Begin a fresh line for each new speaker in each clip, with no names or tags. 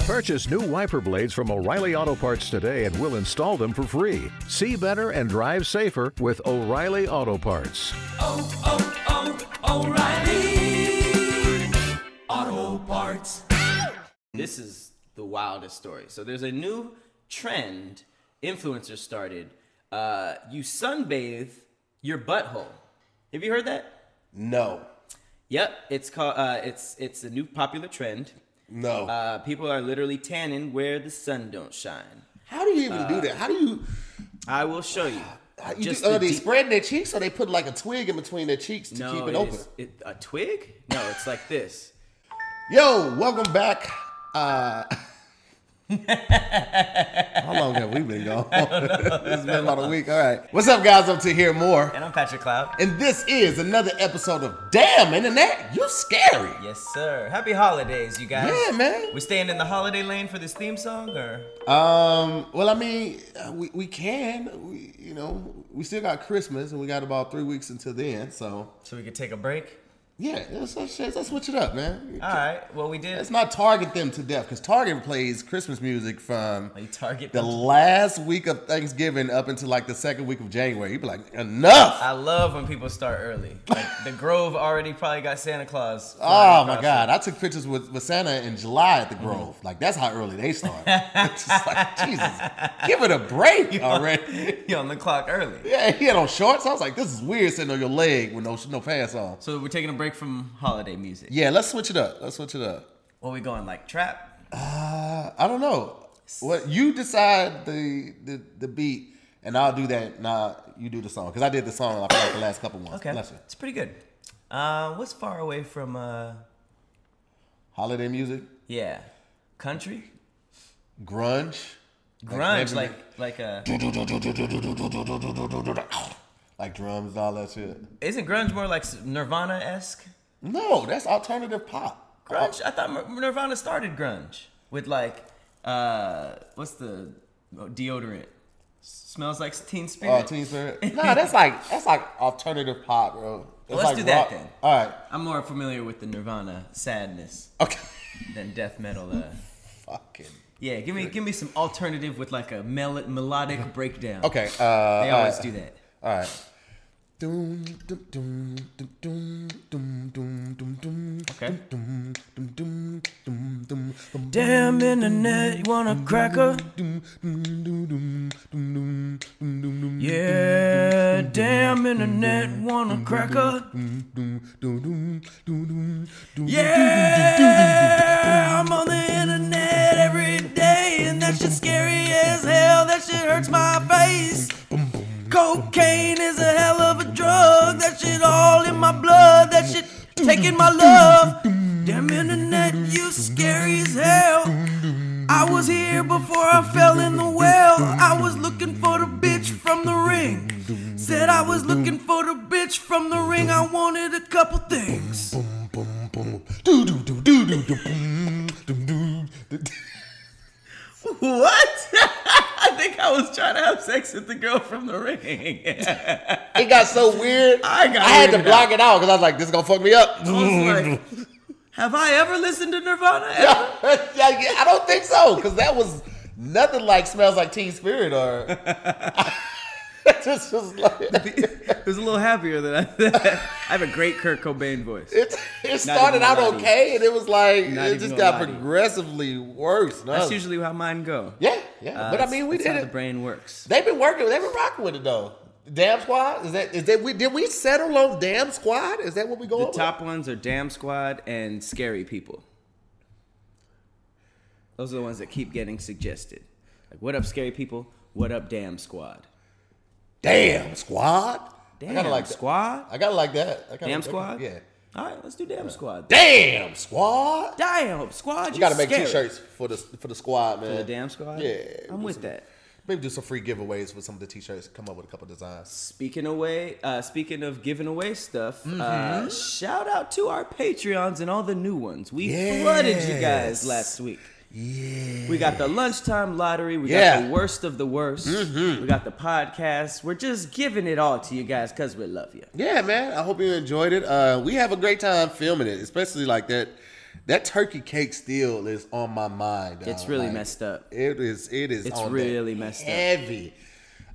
Purchase new wiper blades from O'Reilly Auto Parts today and we'll install them for free. See better and drive safer with O'Reilly Auto Parts.
oh, oh, O'Reilly Auto Parts. This is the wildest story. So there's a new trend influencers started. Uh, you sunbathe your butthole. Have you heard that?
No.
Yep, it's called. Uh, it's it's a new popular trend.
No.
Uh, people are literally tanning where the sun don't shine.
How do you even do that? How do you?
I will show you.
How you
uh, Just
do,
the
are they
deep-
spreading their cheeks or they put like a twig in between their cheeks to keep it, open?
is- it- a twig? No, it's like this.
Yo, welcome back. Uh, how long have we been gone? it's been about a week. All right. What's up, guys? I'm to hear more.
And I'm Patrick Cloud.
And this is another episode of Damn Internet, You Scary.
Yes, sir. Happy holidays, you guys.
Yeah, man.
We staying in the holiday lane for this theme song, or
Um, well, I mean, uh, we, we can, we, you know, we still got Christmas and we got about three weeks until then. So,
so we could take a break.
yeah, let's, let's, let's switch it up, man.
All right. Well, we
Let's
did.
not target them to death because Target plays Christmas music from
Like Target.
the last week of Thanksgiving up until like the second week of January. You'd be like, enough.
I love when people start early. Like the Grove already probably got Santa Claus.
Oh
flying
my
across
God. I took pictures with, with Santa in July at the Grove. Like, that's how early they start. it's just like, Jesus, give it a break already.
it. You on the clock early.
Yeah, he had on shorts. I was like, this is weird sitting on your leg with no no pants on.
So we're taking a break from holiday music.
Yeah, let's switch it up. Let's switch it up.
What we going like trap?
I, I don't know. What you decide the, the the beat, and I'll do that. Nah, you do the song because I did the song I feel like the last couple ones.
Okay,
Bless you.
it's pretty good. Uh, what's far away from uh,
Holiday music,
yeah, country,
grunge,
grunge,
heavy-
like like uh,
like drums and all that shit.
isn't grunge more like Nirvana esque?
No, that's alternative pop.
Grunge. I thought Nir- Nirvana started grunge with like uh what's the oh, deodorant? Smells like Teen Spirit.
Oh, Teen Spirit. Nah, that's like that's like alternative pop, bro. It's
Let's
like
do that
rock-
then.
All right.
I'm more familiar with the Nirvana sadness
Okay.
than death metal. Uh,
Fucking.
yeah, give me give me some alternative with like a mel- melodic breakdown.
Okay. Uh,
They always do that.
All right. Doom, doom, doom, doom, doom, doom, doom, doom, doom,
Okay.
doom, doom, doom, doom, doom, doom,
Damn internet, you want a cracker?
doom, doom, doom, doom, doom, doom, doom, doom, doom,
Yeah, damn internet, want a cracker?
doom, doom, doom, doom, doom, doom, doom,
Yeah, I'm on the internet every day, and that shit scary as hell. That shit hurts my face. Cocaine is a hell of a drug. That shit all in my blood. That shit taking my love. Damn internet, you scary as hell. I was here before I fell in the well. I was looking for the bitch from the ring. Said I was looking for the bitch from the ring. I wanted a couple things.
boom, boom, boom, doo, doo, doo, doo, doo, doo, boom, doom, doom, doo, doo.
What? I think I was trying to have sex with the girl from the ring. I
It got so weird.
I got
I had to
weirded
block it out because I was like, "This is gonna fuck me up."
was like, have I ever listened to Nirvana? Ever?
Yeah, yeah, I don't think so, because that was nothing like smells like Teen Spirit or. This was like,
it was a little happier than I. I have a great Kurt Cobain voice.
it, it started
even
out
gonna lie to you.
okay, and it was like
Not
it
even
just
gonna
got
lie to you.
progressively worse. No.
That's usually how mine go.
Oh. yeah, yeah.
Uh,
but I
that's-
mean, we
that's
did
how the
it.
brain works.
They've been working. They've been rocking with it though. Damn Squad is that? Is that we? Did we settle on Damn Squad? Is that what we
The
going?
top ones are Damn Squad and Scary People. Those are the ones that keep getting suggested. Like, what up, Scary People? What up, Damn Squad?
With? Damn Squad. I
Damn
gotta like that.
Squad.
I gotta like that. I gotta
Damn
like that.
Squad.
Yeah.
All right, let's do Damn Squad.
Damn Squad.
Damn squad,
We gotta make
scary.
t-shirts for the for the squad, man.
For the damn squad.
Yeah,
I'm
do
with
some-
that.
Maybe do some free giveaways with some of the t-shirts. Come up with a couple designs.
Speaking away, uh, speaking of giving away stuff,
Mm-hmm.
uh, shout out to our Patreons and all the new ones. We flooded you guys last week.
Yeah.
We got the lunchtime lottery. We
Yeah. Mm-hmm.
got the worst of the worst. We got the podcast. We're just giving it all to you guys because we love you.
Yeah, man. I hope you enjoyed it. Uh, we have a great time filming it, especially like that That turkey cake still is on my mind. dog.
It's really
Like,
messed up.
It is. It is.
It's
on that
really messed up.
heavy.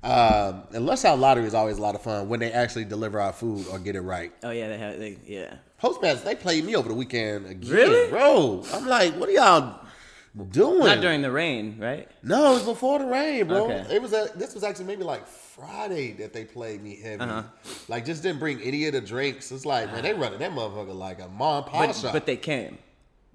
Um, and Lunch Out Lottery is always a lot of fun when they actually deliver our food or get it right.
Oh yeah, they have. They, yeah.
Postmasters, they played me over the weekend again,
Really?
bro. I'm like, what are y'all doing?
Not during the rain, right?
No, it was before the rain, bro.
Okay.
It was a, this was actually maybe like Friday that they played me heavy.
Uh-huh.
Like just didn't bring any of the drinks. It's like, man, they running that motherfucker like a mom pop
Ah. But,
shop.
but they came.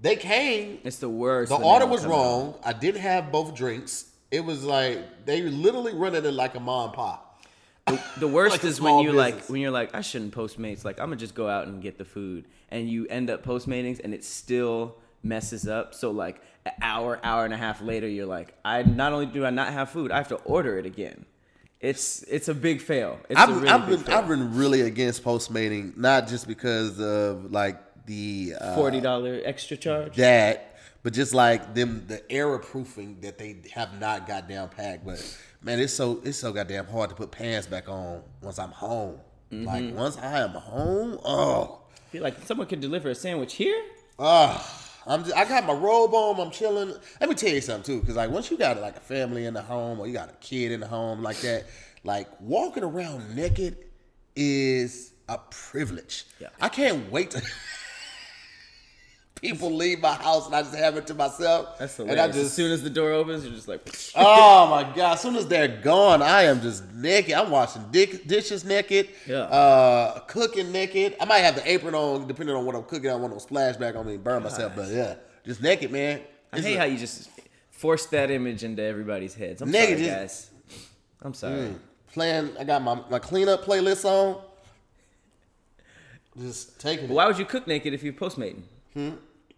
they came.
It's the worst.
The
when they
order
all
was
come out.
wrong. I didn't have both drinks. It was like they literally running it like a mom pop.
The worst
Like a
is when
small
you like
business.
when you're like, I shouldn't postmates. Like I'm gonna just go out and get the food, and you end up postmatings, and it still messes up. So like an hour, hour and a half later, you're like, I not only do I not have food, I have to order it again. It's it's a big fail. It's
I've,
a really
I've
big
been
fail.
I've been really against postmating, not just because of like the uh,
forty dollar extra charge.
that, but just like them the error proofing that they have not got down packed. But man, it's so it's so goddamn hard to put pants back on once I'm home. Like
Mm-hmm.
once I am home, oh,
I feel like someone could deliver a sandwich here.
oh. I'm just, I got my robe on. I'm chilling. Let me tell you something too, because like once you got like a family in the home or you got a kid in the home like that, like walking around naked is a privilege.
Yeah.
I can't wait to people leave my house and I just have it to myself.
That's
and
hilarious.
I
as soon as the door opens, you're just like,
oh my god! As soon as they're gone, I am just naked. I'm washing dick, dishes naked,
Yeah.
uh, cooking naked. I might have the apron on, depending on what I'm cooking. I want to splash back on me and burn myself, but yeah, just naked, man.
I
It's
hate
a-
how you just forced that image into everybody's heads. I'm
Nigga,
sorry,
just-
guys. I'm sorry.
playing. I got my my cleanup playlist on. Just taking. It.
Why would you cook naked if you're postmating?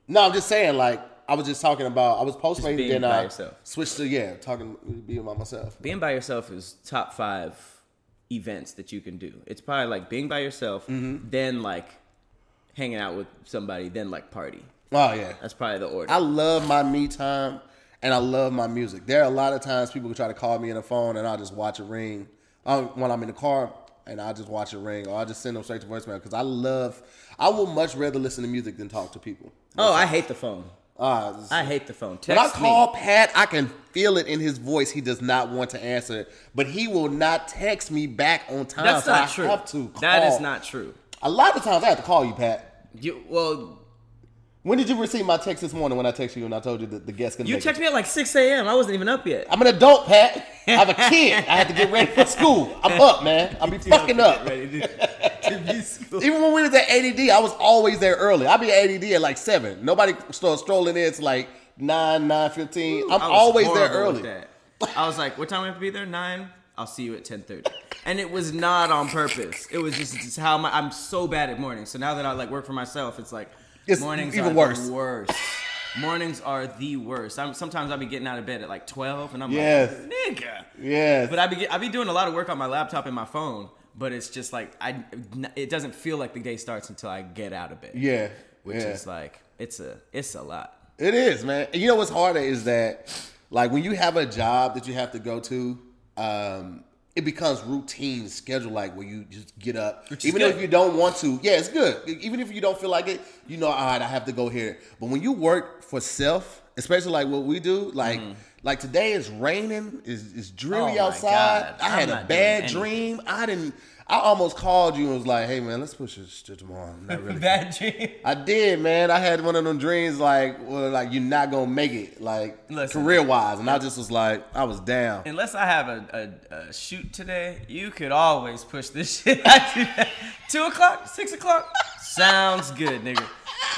No, I'm just saying. Like I was just talking about. I was
being
postmating, then
by
I
yourself.
switched to yeah, talking being by myself.
Being by yourself is top five events that you can do. It's probably like being by yourself,
Mm-hmm.
then like hanging out with somebody, then like party.
Oh yeah,
That's probably the order.
I love my me time and I love my music. There are a lot of times people try to call me on the phone and I'll just watch it ring um, when I'm in the car and I'll just watch it ring or I'll just send them straight to voicemail because I love, I will much rather listen to music than talk to people.
oh, I hate the phone.
Uh, just-
I hate the phone.
when I
Text
call
me.
Pat, I can feel it in his voice. He does not want to answer, but he will not text me back on time.
That's
so I
not
have
true.
to
That is
call.
not true.
A lot of times I have to call you, Pat.
You well,
When did you receive my text this morning when I texted you and I told you that the guest can
you
make it?
text me at like six a.m. I wasn't even up yet.
I'm an adult, Pat. I have a kid. I have to get ready for school. I'm up, man. I'm be fucking up. Even when we was at ADD, I was always there early. I'd be at ADD at like seven. Nobody starts strolling in. It's like nine, nine fifteen. I'm
I was
always there
horrible
early.
with that. I was like, "What time we have to be there? Nine. I'll see you at 10.30. And it was not on purpose. It was just, just how my, I'm so bad at mornings. So now that I like work for myself, it's like
It's
mornings
even
are
worse.
the worst. Mornings are the worst. I'm, sometimes I'll be getting out of bed at like 12, and I'm
Yes.
like, "Nigga."
Yes.
But I be get- I be doing a lot of work on my laptop and my phone. But it's just like I, it doesn't feel like the day starts until I get out of bed.
yeah.
Which
yeah.
is like it's a it's a lot.
It is, man. And you know what's harder is that, like, when you have a job that you have to go to, um, it becomes routine schedule, like where you just get up,
Which is
even
good.
if you don't want to. Yeah, it's good. E, Even if you don't feel like it, you know, all right, I have to go here. But when you work for self, especially like what we do, like. Like today it's raining, it's, it's
Mm-hmm. Oh,
dreary
my
outside.
God.
I
I'm
had a
not
bad
doing anything.
dream. I didn't. I almost called you and was like, "Hey man, let's push this to tomorrow." I'm not really
Bad dream.
I did, man. I had one of them dreams like, well, like you're not gonna make it, like
Listen.
career wise, and I just was like, I was down.
Unless I have a, a, a shoot today, you could always push this shit. out to- Two o'clock, six o'clock, sounds good, nigga.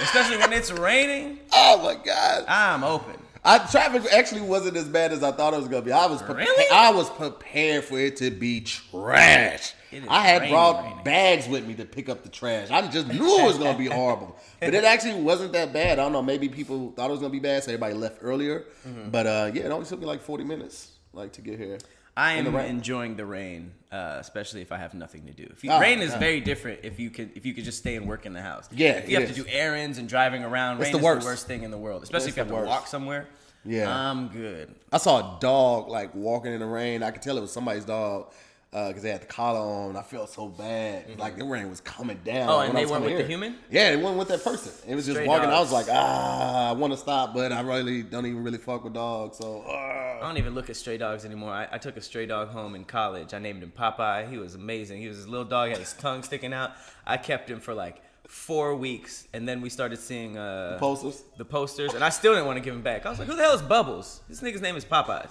Especially when it's raining,
Oh my god!
I'm open.
I traffic actually wasn't as bad as I thought it was gonna be. I was prepa-
Really?
I was prepared for it to be trash.
It is
I had
raining,
brought
raining.
bags with me to pick up the trash. I just knew it was gonna be horrible, but it actually wasn't that bad. I don't know. Maybe people thought it was gonna be bad, so everybody left earlier.
Mm-hmm.
But uh, yeah, it only took me like 40 minutes, like to get here.
I
In
am
the rain.
enjoying the rain, uh, especially if I have nothing to do. If you,
Oh,
rain is
yeah.
very different if you could if you could just stay and work in the house.
Yeah,
if you
it
have to
is.
do errands and driving around, rain
the
is
worst.
the worst thing in the world. Especially if
It's
you have
the
to
worst.
walk somewhere.
Yeah.
I'm good.
I saw a dog like walking in the rain. I could tell it was somebody's dog. because they had the collar on. I felt so bad, like their rain was coming
Mm-hmm.
down.
Oh,
when
and
I
they
was
weren't
coming
with the
here.
human?
Yeah, they weren't with that person. It was just
Stray
walking. I was like,
dogs.
ah, I want to stop, but I really don't even really fuck with dogs. So ah.
I don't even look at stray dogs anymore. I, I took a stray dog home in college. I named him Popeye. He was amazing. He was this little dog, had his tongue sticking out. I kept him for like four weeks, and then we started seeing uh,
posters.
the posters, and I still didn't want to give him back. I was like, who the hell is Bubbles? This nigga's name is Popeyes.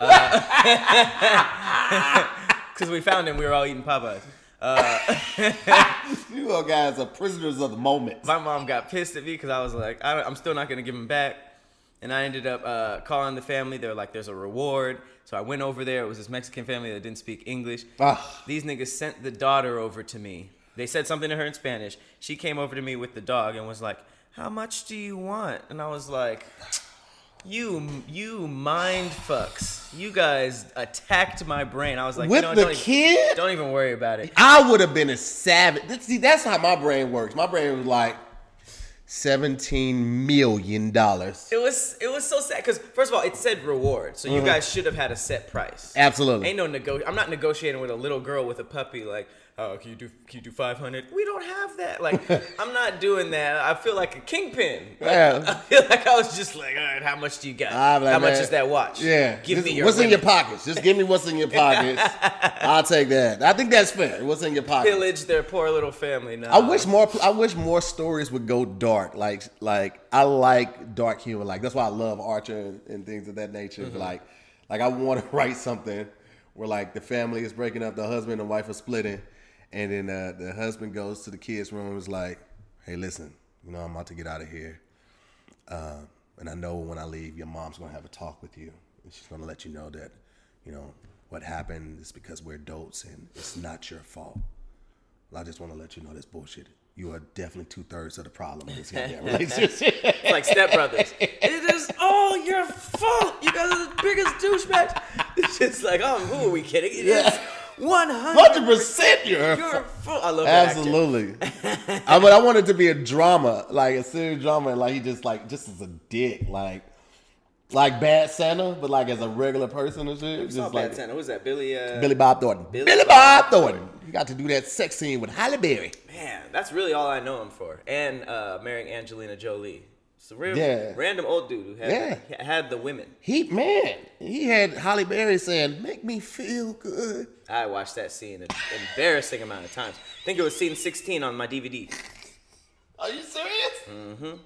Because we found him, we were all eating Popeyes.
You little guys are prisoners of the moment.
my mom got pissed at me because I was like, I don't, I'm still not gonna give him back. And I ended up uh, calling the family. They're like, there's a reward. So I went over there. It was this Mexican family that didn't speak English.
Ah.
These niggas sent the daughter over to me. They said something to her in Spanish. She came over to me with the dog and was like, "How much do you want?" And I was like, "You, you mind fucks. You guys attacked my brain." I was like,
With
"No,
the
don't even-
kid?
don't even worry about it."
I would have been a savage. That- See, that's how my brain works. My brain was like seventeen million dollars.
It was it was so sad because first of all, it said reward, so you
Mm-hmm.
guys should have had a set price.
Absolutely.
Ain't no nego. I'm not negotiating with a little girl with a puppy. Like, oh, can you do can you do 500? We don't have that. Like, I'm not doing that. I feel like a kingpin. Like,
Yeah.
I feel like I was just like, all right, how much do you got?
I'd be like,
how much
"Man,
is that watch?
Yeah,
give
Just-
me your
what's in your
limit."
pockets. Just give me what's in your pockets. I'll take that. I think that's fair. What's in your pockets?
Pillage their poor little family. Now
I wish more. I wish more stories would go dark. Like, like I like dark humor. Like that's why I love Archer and, and things of that nature. Like, like I want to write something where like the family is breaking up, the husband and wife are splitting, and then uh, the husband goes to the kids' room and is like, "Hey, listen, you know I'm about to get out of here, uh, and I know when I leave, your mom's gonna have a talk with you, and she's gonna let you know that, you know." What happened is because we're adults and it's not your fault. Well, I just want to let you know this bullshit. You are definitely two thirds of the problem in this goddamn relationship.
It's like stepbrothers.
It is all your fault. You guys are the biggest douchebags.
it's just like, oh, who are we kidding? It is
Yeah.
100.
Hundred percent, you're
You're full. I love that actor.
absolutely. I, but I want it to be a drama, like a serious drama, and like he just like just as a dick, like like bad Santa, but like as a regular person and shit.
Saw
Just
Bad
like
Santa. Who's that? Billy. Uh,
Billy Bob Thornton.
Billy
Billy,
Bob
Bob, Thornton. You got to do that sex scene with Halle Berry.
Man, that's really all I know him for. And uh, marrying Angelina Jolie. So real,
Yeah.
random old dude who had,
Yeah.
had the women.
He man, he had Halle Berry saying, "Make me feel good."
I watched that scene an embarrassing amount of times. I think it was scene 16 on my DVD.
Are you serious? Mm-hmm.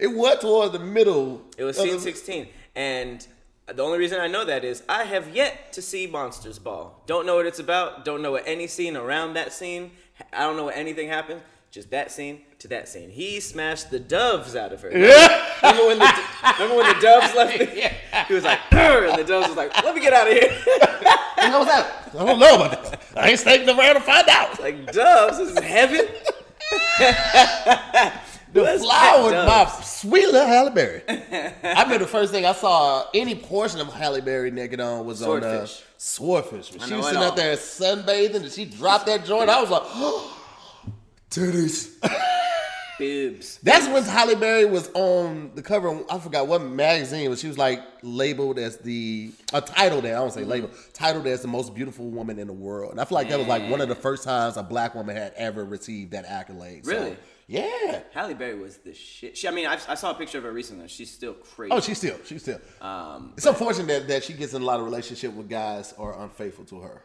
It was towards the middle.
It was
of
scene
Oh, the-
16. And the only reason I know that is I have yet to see Monsters Ball. Don't know what it's about. Don't know what any scene around that scene. I don't know what anything happened. Just that scene to that scene. He smashed the doves out of her. Remember when the, remember when the doves left? The, He was like, "Grr," and the doves was like, let me get out of here.
And I was like, I don't know about this. I ain't staying around to find out.
like, doves, this is heaven.
The
Let's
flower
pick
with my sweet little Halle Berry. I remember the first thing I saw any portion of Halle Berry naked on was on uh,
Swordfish.
Swordfish. When she
know
was
it
sitting
all.
out there sunbathing and she dropped that joint, I was like, titties.
Boobs.
That's when Halle Berry was on the cover. of- I forgot what magazine, but she was like labeled as the a title there. I don't say labeled,
Mm-hmm.
titled as the most beautiful woman in the world. And I feel like that was like one of the first times a black woman had ever received that accolade. So,
Really?
yeah.
Halle Berry was the shit. She, I mean, I, I saw a picture of her recently. She's still crazy.
Oh, she's still, she's still.
Um,
it's unfortunate that, that she gets in a lot of relationship with guys who are unfaithful to her.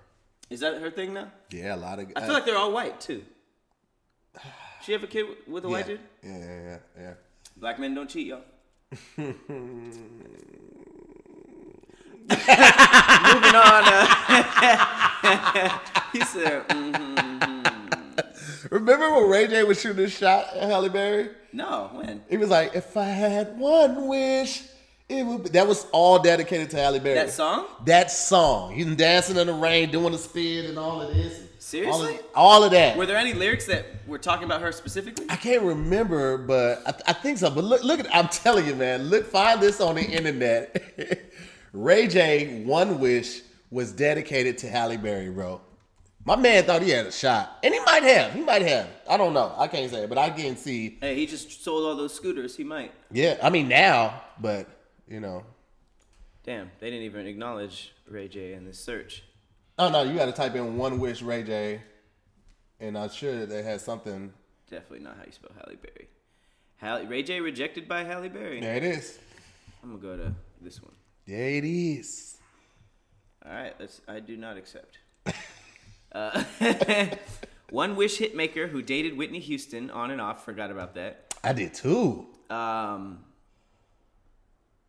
is that her thing now?
Yeah, a lot of. uh,
I feel like they're all white too. She have a kid with- with a white
yeah,
dude?
yeah, yeah, yeah, yeah.
Black men don't cheat, y'all. Moving on. Uh, he said, mm,
Remember when Ray J was shooting his shot at Halle Berry?
"No, when
He was like, if I had one wish, it would be. That was all dedicated to Halle Berry.
that song?
That song. He's dancing in the rain, doing the spin and all of this. All
Seriously?
of, all of that.
Were there any lyrics that were talking about her specifically?
I can't remember, but I, I think so. But look, look at, I'm telling you, man. Look, find this on the internet. Ray J, One Wish was dedicated to Halle Berry, bro. My man thought he had a shot, and he might have. He might have. I don't know. I can't say, but I can see.
Hey, he just sold all those scooters. He might.
Yeah, I mean now, but you know,
Damn, they didn't even acknowledge Ray J in this search.
Oh no, you got to type in one wish Ray J, and I'm sure they had something.
Definitely not how you spell Halle Berry. Halle, Ray J rejected by Halle Berry.
There it is.
I'm gonna go to this one.
There it is.
All right, let's. I do not accept. uh, one wish hitmaker who dated Whitney Houston on and off. Forgot about that.
I did too.
Um,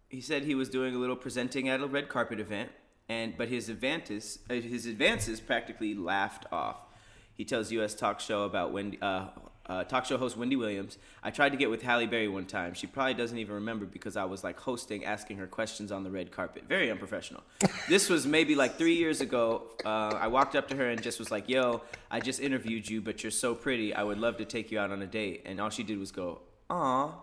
he said he was doing a little presenting at a red carpet event, and but his advances, uh, his advances practically laughed off. He tells U.S. talk show about Wendy, uh, uh, talk show host Wendy Williams. I tried to get with Halle Berry one time. She probably doesn't even remember because I was like hosting, asking her questions on the red carpet. Very unprofessional. this was maybe like three years ago. Uh, I walked up to her and just was like, "Yo, I just interviewed you, but you're so pretty. I would love to take you out on a date." And all she did was go, "Aw."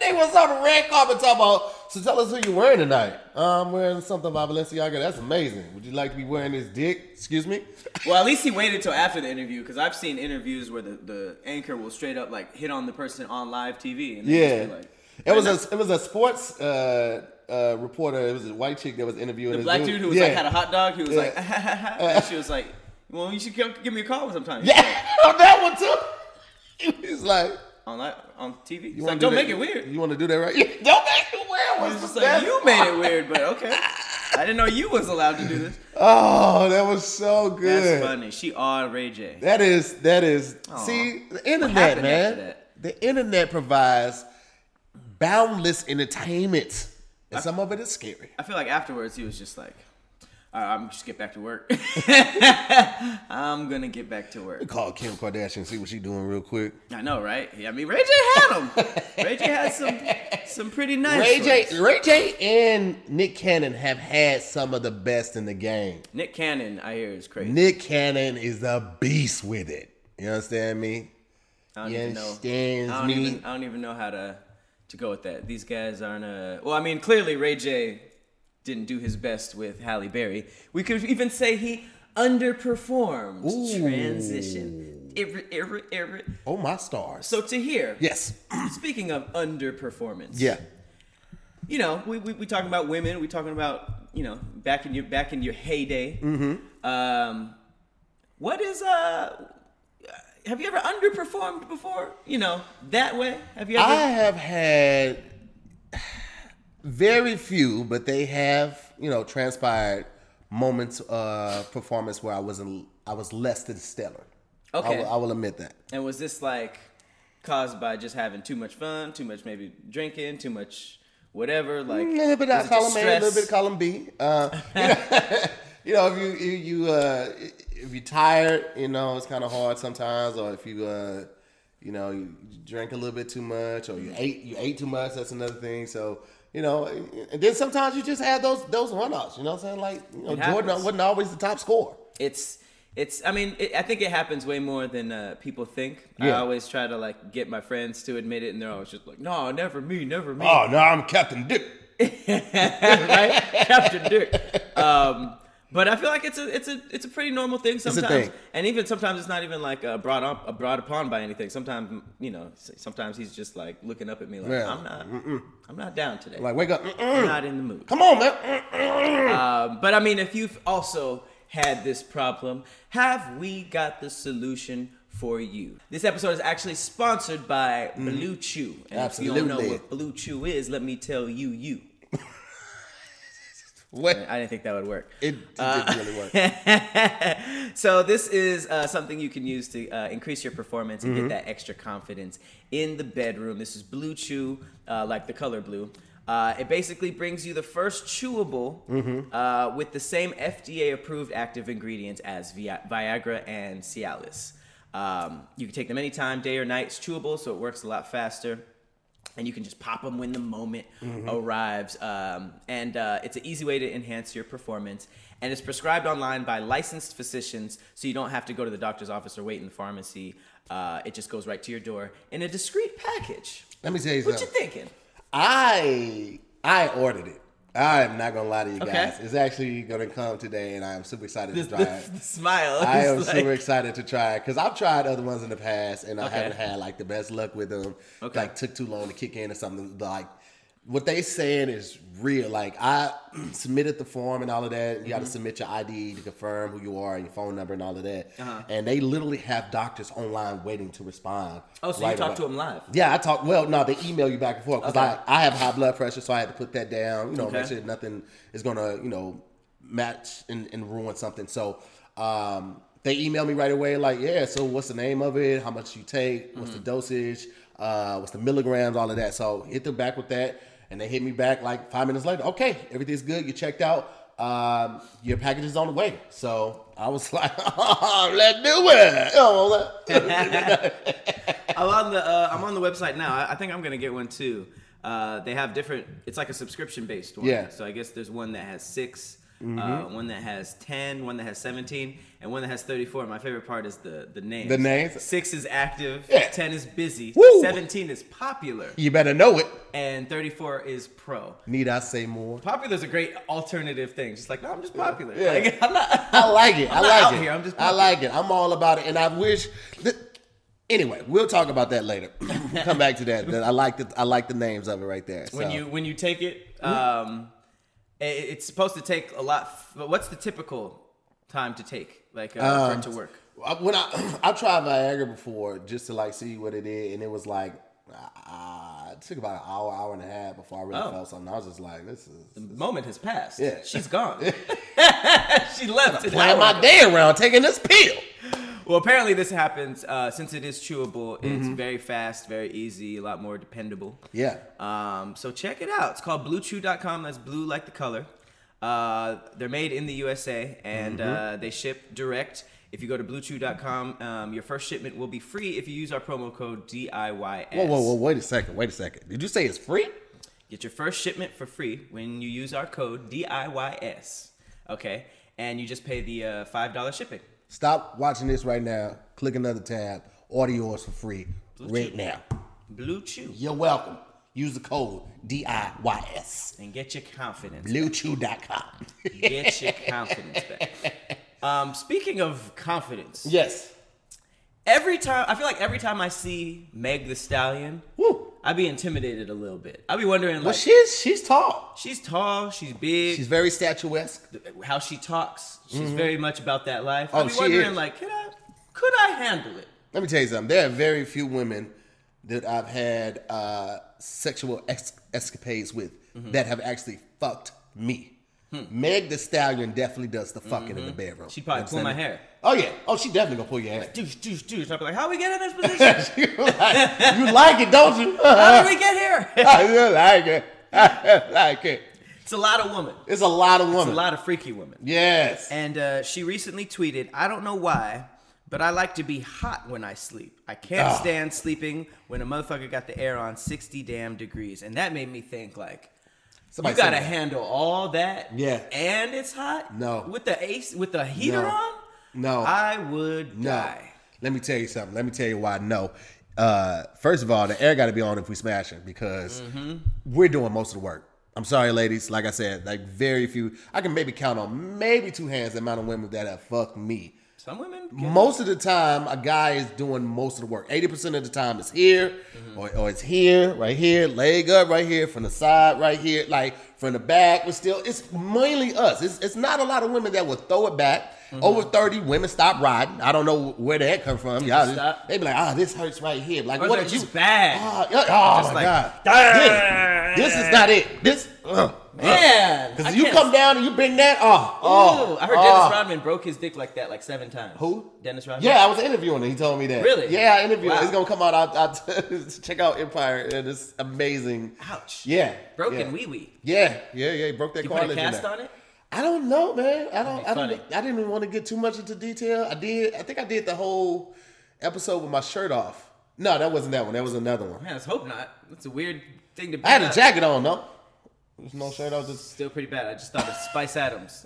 They was on the red carpet talking about. So tell us who you wearing tonight. I'm wearing something by Balenciaga. That's amazing. Would you like to be wearing this dick? Excuse me.
Well, at least he waited till after the interview because I've seen interviews where the, the anchor will straight up like hit on the person on live TV. And they
Yeah.
just be like,
It was a it was a sports uh, uh, reporter. It was a white chick that was interviewing
the
this
black dude who was
yeah.
like had a hot dog. He was
Yeah. Uh.
like, and she was like, "Well, you should come, give me a call sometime."
Yeah, on Oh, that one too. He's like,
on li on TV. He's
you
like,
want
don't make it weird.
You want to do that right? don't make it weird.
He's
Was
just
the
like,
best
you
part.
made it weird, but okay. I didn't know you was allowed to do this.
Oh, that was so good.
That's funny. She awed Ray J.
That is that is see the internet,
happened
man.
after that?
The internet provides boundless entertainment. And some of it is scary.
I feel like afterwards he was just like, All right, I'm just get back to work. I'm gonna get back to work.
Call Kim Kardashian and see what she's doing real quick.
I know, right? Yeah, I mean, Ray J had him. Ray J had some some pretty nice.
Ray
ones.
J, Ray J and Nick Cannon have had some of the best in the game.
Nick Cannon, I hear, is crazy.
Nick Cannon is a beast with it. You understand me?
I don't
You
even know.
understands
I don't
me?
even. I don't even know how to to go with that. These guys aren't. Uh, well, I mean, clearly Ray J didn't do his best with Halle Berry. We could even say he underperformed. Transition. Irre, irre, irre.
Oh my stars.
So to hear.
yes.
Speaking of underperformance.
Yeah.
you know, we, we we talking about women. We talking about you know back in your back in your heyday.
Mm-hmm.
Um, what is uh? Have you ever underperformed before? You know that way. Have you ever?
I have had very few, but they have, you know, transpired moments uh performance where I wasn't I was less than stellar. I
Okay.
will- I will admit that.
and was this like caused by just having too much fun, too much maybe drinking, too much whatever? Like
Mm, A little bit out
was
of
it just
column A, a little
stress?
bit of column B. Uh, you know, if you if you uh, if you're tired, you know, it's kind of hard sometimes. Or if you uh, you know, you drink a little bit too much, or you ate you ate too much. That's another thing. So. You know, and then sometimes you just have those those one-offs. You know what I'm saying? Like, you know,
It
Jordan
happens.
wasn't always the top scorer.
it's it's i mean it, i think it happens way more than uh, people think i
Yeah.
always try to like get my friends to admit it and they're always just like no never me never me
Oh, no, I'm Captain Dick.
right captain dick um but I feel like it's a it's a it's a pretty normal thing
a
sometimes,
thing.
and even sometimes it's not even like uh, brought up uh, brought upon by anything. Sometimes you know, s- sometimes he's just like looking up at me like
Yeah.
I'm not I'm not down today.
Like, wake up!
I'm
Mm-mm.
not in the mood.
Come on, man! Mm-mm.
Um, but I mean, if you've also had this problem, have we got the solution for you? This episode is actually sponsored by Blue Chew. And if you don't know
Mm-hmm. Absolutely.
what Blue Chew is, let me tell you, you.
What?
I didn't think that would work.
It, it
uh,
didn't really work.
so this is uh, something you can use to uh, increase your performance and get that extra confidence in the bedroom. This is Blue Chew, uh, like the color blue. Uh, it basically brings you the first chewable uh, with the same FDA-approved active ingredients as Vi- Viagra and Cialis. Um, you can take them anytime, day or night. It's chewable, so it works a lot faster and you can just pop them when the moment
Mm-hmm.
arrives. Um, and uh, it's an easy way to enhance your performance. And it's prescribed online by licensed physicians, so you don't have to go to the doctor's office or wait in the pharmacy. Uh, it just goes right to your door in a discreet package.
Let me tell you
What
something.
you thinking?
I I ordered it. I am not gonna lie to you
Okay.
guys. It's actually gonna come today, and I am super excited to try it.
The smile.
I
is
am
like-
super excited to try it because I've tried other ones in the past, and I
Okay.
haven't had like the best luck with them.
Okay.
Like took too long to kick in or something. Like what they saying is real. Like I submitted the form and all of that. You got
Mm-hmm.
to submit your ID to confirm who you are and your phone number and all of that.
Uh-huh.
And they literally have doctors online waiting to respond.
Oh, so you
right
talked to
away.
him live?
Yeah, I talk. Well, no, they email you back and forth because
Okay.
I, I have high blood pressure, so I had to put that down. You know, make
Okay.
sure nothing is gonna you know match and, and ruin something. So um, they email me right away, like, yeah. So what's the name of it? How much you take? What's the
Mm-hmm.
dosage? Uh, what's the milligrams? All of that. So hit them back with that, and they hit me back like five minutes later. Okay, everything's good. You checked out. Um, your package is on the way. So I was like, "Oh, let's do it. You know, like-
I'm on the uh, I'm on the website now. I, I think I'm gonna get one too. Uh, they have different. It's like a subscription based one.
Yeah. Mm-hmm.
So I guess there's one that has 6 uh, one that has ten, one that has seventeen, and one that has thirty-four. My favorite part is the the names.
The names?
Six is active.
Yeah.
Ten is busy.
Woo!
Seventeen is popular,
you better know it.
and thirty-four is pro.
Need I say more?
Popular is a great alternative thing. Just like no, I'm just popular.
Yeah.
Like, I'm not.
I like it. i
not
like
out
it.
here, I'm just
I like it. I'm all about it, and I wish. That, anyway, we'll talk about that later. Come back to that. that I like the I like the names of it right there.
when
so. Mm-hmm.
you when you take it um i- it's supposed to take a lot f- but what's the typical time to take like uh,
Um,
for it to work
I- when I I tried Viagra before just to like see what it is, and it was like. Uh, it took about an hour, hour and a half before I really
Oh.
felt something. I was just like, "This is
moment has passed
Yeah.
she's gone she left an
plan
hour
my
ago.
day around taking this pill."
well apparently this happens uh, since it is chewable it's
Mm-hmm.
very fast very easy a lot more dependable
Yeah,
Um, so check it out. It's called bluechew.com. That's blue like the color. Uh, they're made in the USA and
Mm-hmm.
uh, they ship direct. If you go to bluechew.com, um, your first shipment will be free if you use our promo code DIYS.
whoa, whoa, whoa! Wait a second, wait a second. Did you say it's free?
Get your first shipment for free when you use our code DIYS. Okay. And you just pay the uh, $5 shipping.
Stop watching this right now. Click another tab. Order yours for free right now.
Blue Chew.
You're welcome. Use the code DIYS.
And get your confidence.
BlueChew.com.
Get your confidence back. Um, speaking of confidence,
yes.
every time I feel like every time I see Meg the Stallion,
Woo.
I be intimidated a little bit. I be wondering like
Well, she's she's tall.
she's tall, she's big,
She's very statuesque.
how she talks, she's very much about that life. I
Oh,
be
she
wondering
is.
like could I could I handle it?
Let me tell you something. There are very few women that I've had uh, sexual ex- escapades with
Mm-hmm.
that have actually fucked me.
Hmm.
Meg the Stallion definitely does the fucking in the bedroom.
She'd Mm-hmm. probably
You
pull my
understand me?
hair.
Oh yeah. Oh, she definitely gonna pull your hair.
Deuce, deuce, deuce. I'd be like, how we get in this position?
you like it, don't you?
How did we get here?
I like it. I like it.
it's a lot of women.
It's a lot of
It's
women.
a lot of freaky women.
Yes.
And uh, she recently tweeted, I don't know why, but I like to be hot when I sleep. I can't
Ah.
stand sleeping when a motherfucker got the air on 60 damn degrees. And that made me think, like,
Somebody
you gotta
said that.
handle all that.
Yeah.
And it's hot?
No.
With the ace with the heater
No.
on?
No.
I would
no.
die.
Let me tell you something. Let me tell you why no. Uh, first of all, the air got to be on if we smash it because
Mm-hmm.
we're doing most of the work. I'm sorry, ladies. Like I said, like very few. I can maybe count on maybe two hands the amount of women that have fucked me.
Some women can-
Most of the time, a guy is doing most of the work. 80% of the time, it's here,
Mm-hmm.
or, or it's here, right here, leg up, right here, from the side, right here, like from the back. But still, it's mainly us. It's, it's not a lot of women that will throw it back.
Mm-hmm.
Over 30 women stop riding. I don't know where that come from. Y'all just-
Stop.
they be like, ah, this hurts right here. Like,
Or
what
they're
did you?
just bad.
Ah, yeah, oh,
Just
my
like,
God. This, this is not it. This, uh,
Man, I
Because you
can't
come down and you bring that, oh, oh.
Ooh, I heard
oh.
Dennis Rodman broke his dick like that like seven times.
Who?
Dennis Rodman.
Yeah, I was interviewing him. He told me that.
Really?
Yeah, I interviewed
Wow.
him. It's gonna come out. I, I check out Empire. And it's amazing.
Ouch.
Yeah.
Broken
yeah.
wee wee.
Yeah, yeah, yeah. He broke that
You put a
cartilage. in
cast
there.
on it?
I don't know, man. I don't.
be
I, don't
funny.
I didn't even want to get too much into detail. I did. I think I did the whole episode with my shirt off. No, that wasn't that one. That was another one.
Man, let's hope not. That's a weird thing to.
I had a
bring up.
jacket on though. There's no shirt off. Just
Still pretty bad. I just thought of Spice Adams.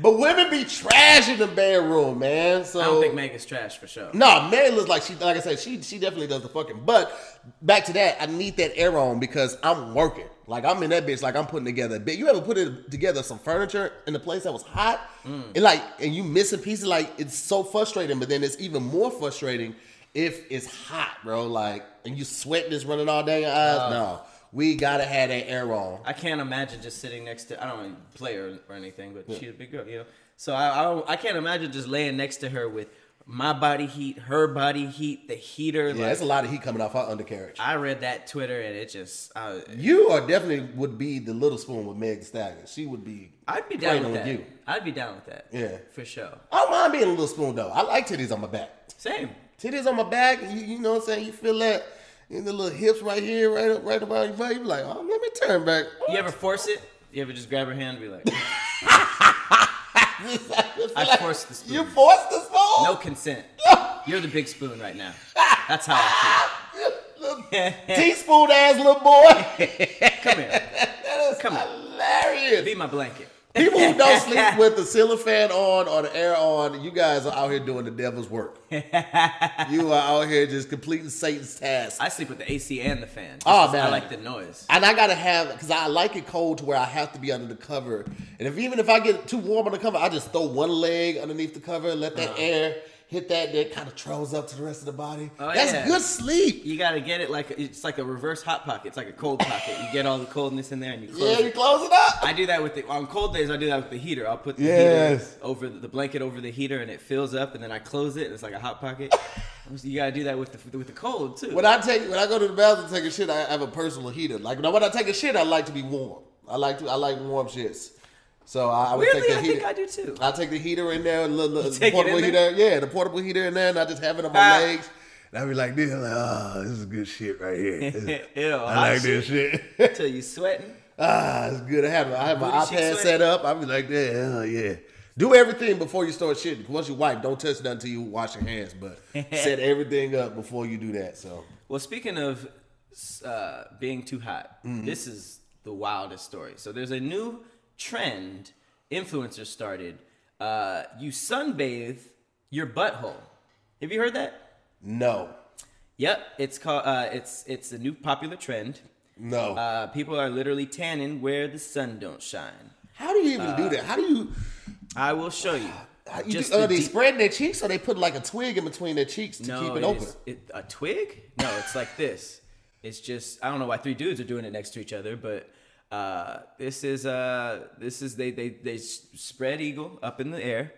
but women be trash in the bedroom, man. So
I don't think Meg is trash for sure.
No, Mary looks like she, like I said, she she definitely does the fucking. But back to that, I need that air on because I'm working. Like I'm in that bitch, like I'm putting together. But you ever put it together some furniture in a place that was hot, and like and you missing pieces, like it's so frustrating. But then it's even more frustrating if it's hot, bro, like and you sweating is running all down your eyes, no. We gotta have that air on.
I can't imagine just sitting next to. I don't even play her or anything, but she's a big girl, you know. So I, I don't. I can't imagine just laying next to her with my body heat, her body heat, the heater.
Yeah,
like,
it's a lot of heat coming off our undercarriage.
I read that Twitter and it just. I,
you are definitely would be the little spoon with Meg Thee Stallion. She would be.
I'd be down
cradling
with that.
you.
I'd be down with that.
Yeah.
for sure.
I don't mind being a little spoon though. I like titties on my back.
Same.
Titties on my back. You, you know what I'm saying? You feel that in the little hips right here, right up, right around your butt. You be like, oh, let me turn back.
You ever force it? You ever just grab her hand and be like, I forced the spoon.
You forced the spoon.
no consent. You're the big spoon right now. That's how I
Teaspoon ass little boy.
feel. Come here. Come here.
Hilarious.
Be my blanket.
People who don't sleep with the ceiling fan on or the air on, you guys are out here doing the devil's work. you are out here just completing Satan's task.
I sleep with the AC and the fan. just
Oh,
'cause I
man.
like the noise.
And I gotta have because I like it cold to where I have to be under the cover. And if even if I get too warm on the cover, I just throw one leg underneath the cover and let that
Uh-huh.
air hit that. That kind of trolls up to the rest of the body.
Oh,
That's
yeah.
good sleep.
You gotta get it like it's like a reverse hot pocket. It's like a cold pocket. You get all the coldness in there and you close
Yeah,
it.
you close it up.
I do that with the on cold days. I do that with the heater. I'll put the
Yes.
heater over the, the blanket over the heater, and it fills up, and then I close it, and it's like a hot pocket. you gotta do that with the with the cold too.
When I take when I go to the bathroom to take a shit, I have a personal heater. Like now, when I take a shit, I like to be warm. I like to I like warm shits. So I, I would
Weirdly,
take the
I
heater.
think I do too.
I take the heater in there, little, little,
take it
portable
in there?
heater. Yeah, the portable heater in there, and I just have it on my
Ah.
legs. And I be like this, I'm like, oh, this is good shit right here. This-
Ew,
I like this shit.
Till you sweating.
ah, it's good. I have I have my
Booty cheeks
iPad
sweat.
set up. I be like, yeah, hell yeah. Do everything before you start shitting. Once you wipe, don't touch nothing till you wash your hands. But set everything up before you do that. So
Well, speaking of uh, being too hot,
Mm-hmm.
this is the wildest story. So there's a new trend influencers started. Uh, you sunbathe your butthole. Have you heard that?
no,
Yep, it's called. Uh, it's it's a new popular trend.
no.
Uh, people are literally tanning where the sun don't shine.
How do you even do that? How do you?
I will show you.
How, you
uh, Just
do, are
the
they
deep-
spreading their cheeks, or they put like a twig in between their cheeks to keep it open?
is- it- a twig? No, it's like this. It's just I don't know why three dudes are doing it next to each other, but uh, this is uh, this is they they they s- spread eagle up in the air,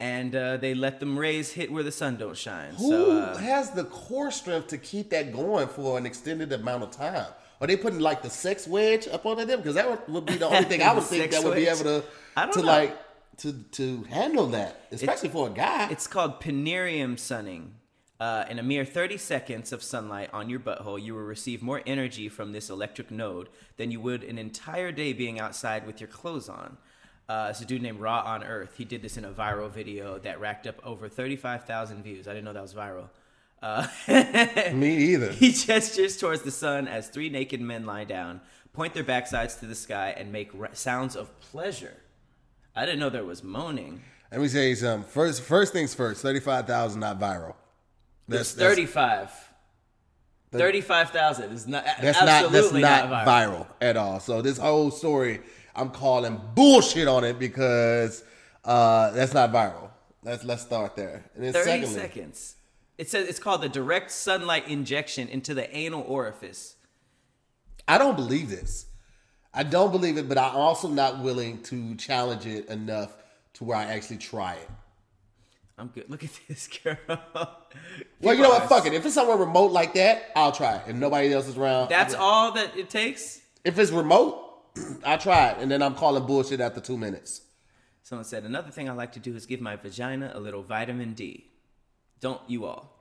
and uh, they let them rays hit where the sun don't shine.
Who
so uh,
has the core strength to keep that going for an extended amount of time? Are they putting like the sex wedge up under them? Because that would, would be the only thing I would
The
think
sex
that would be
wedge?
able to
I don't
to
know.
like to to handle that, especially for a guy.
it's called Panerium sunning. Uh, in a mere 30 seconds of sunlight on your butthole, you will receive more energy from this electric node than you would an entire day being outside with your clothes on. Uh, it's a dude named Raw on Earth. He did this in a viral video that racked up over 35,000 views. I didn't know that was viral. Uh,
Me either.
He gestures towards the sun as three naked men lie down, point their backsides to the sky, and make ra- sounds of pleasure. I didn't know there was moaning.
Let me tell you something. First, first things first. Thirty five thousand not viral.
It's 35. 35,000 is not
That's not that's
absolutely
not,
viral.
viral. at all. So this whole story, I'm calling bullshit on it because uh, that's not viral. Let's let's start there. And then
30
secondly,
seconds. It says it's called the direct sunlight injection into the anal orifice.
I don't believe this. I don't believe it, but I'm also not willing to challenge it enough to where I actually try it.
I'm good. Look at this girl.
Well, you know what? Fuck it. If it's somewhere remote like that, I'll try it. If nobody else is around,
That's
I'll-
all that it takes.
If it's remote, I try it, and then I'm calling bullshit after two minutes.
Someone said another thing I like to do is give my vagina a little vitamin D. Don't you all?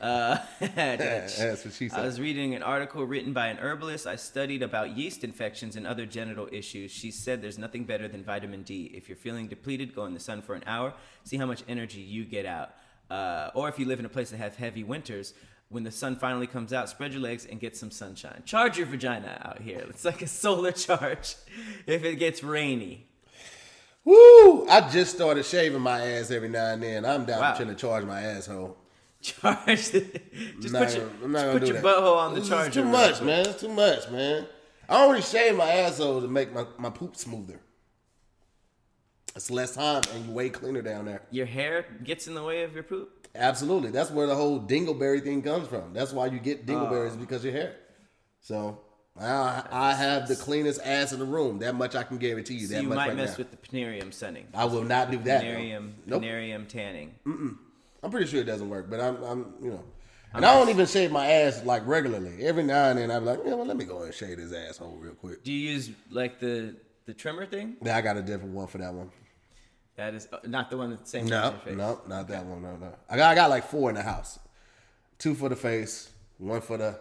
Uh,
That's what she
I
said.
was reading an article written by an herbalist. I studied about yeast infections and other genital issues. She said there's nothing better than vitamin D. If you're feeling depleted, go in the sun for an hour, see how much energy you get out. Uh, or if you live in a place that have heavy winters, when the sun finally comes out, spread your legs and get some sunshine. Charge your vagina out here. It's like a solar charge if it gets rainy.
Woo! I just started shaving my ass every now and then. I'm down
Wow.
trying to charge my asshole.
Charge the, just
I'm not
put your,
gonna- I'm not
just
gonna
put
do
your
that.
butthole on the
This is
charger.
too much, man. It's too much, man. I only shave my asshole to make my, my poop smoother. It's less time and you way cleaner down there.
Your hair gets in the way of your poop.
Absolutely. That's where the whole dingleberry thing comes from. That's why you get
Oh.
dingleberries because your hair. So I, I have the cleanest ass in the room. That much I can guarantee you.
So
that
you
much
might
right
mess
now.
with the Panarium sunning.
I will not do that. no.
Panarium,
Nope. Mm.
Panarium tanning.
I'm pretty sure it doesn't work, but I'm, I'm you know. And I don't even shave my ass like regularly. Every now and then I'm like, yeah, well, let me go and shave his asshole real quick.
Do you use like the the trimmer thing?
Now I got a different one for that one.
That is uh, not the one that's the same. as
No,
your face.
no, not that one. No, no. I got, I got like four in the house. Two for the face, one for the,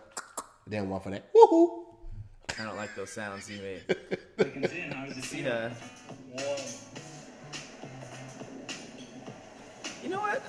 then one for that. Woohoo!
I don't like those sounds you made. uh, Yeah. You know what?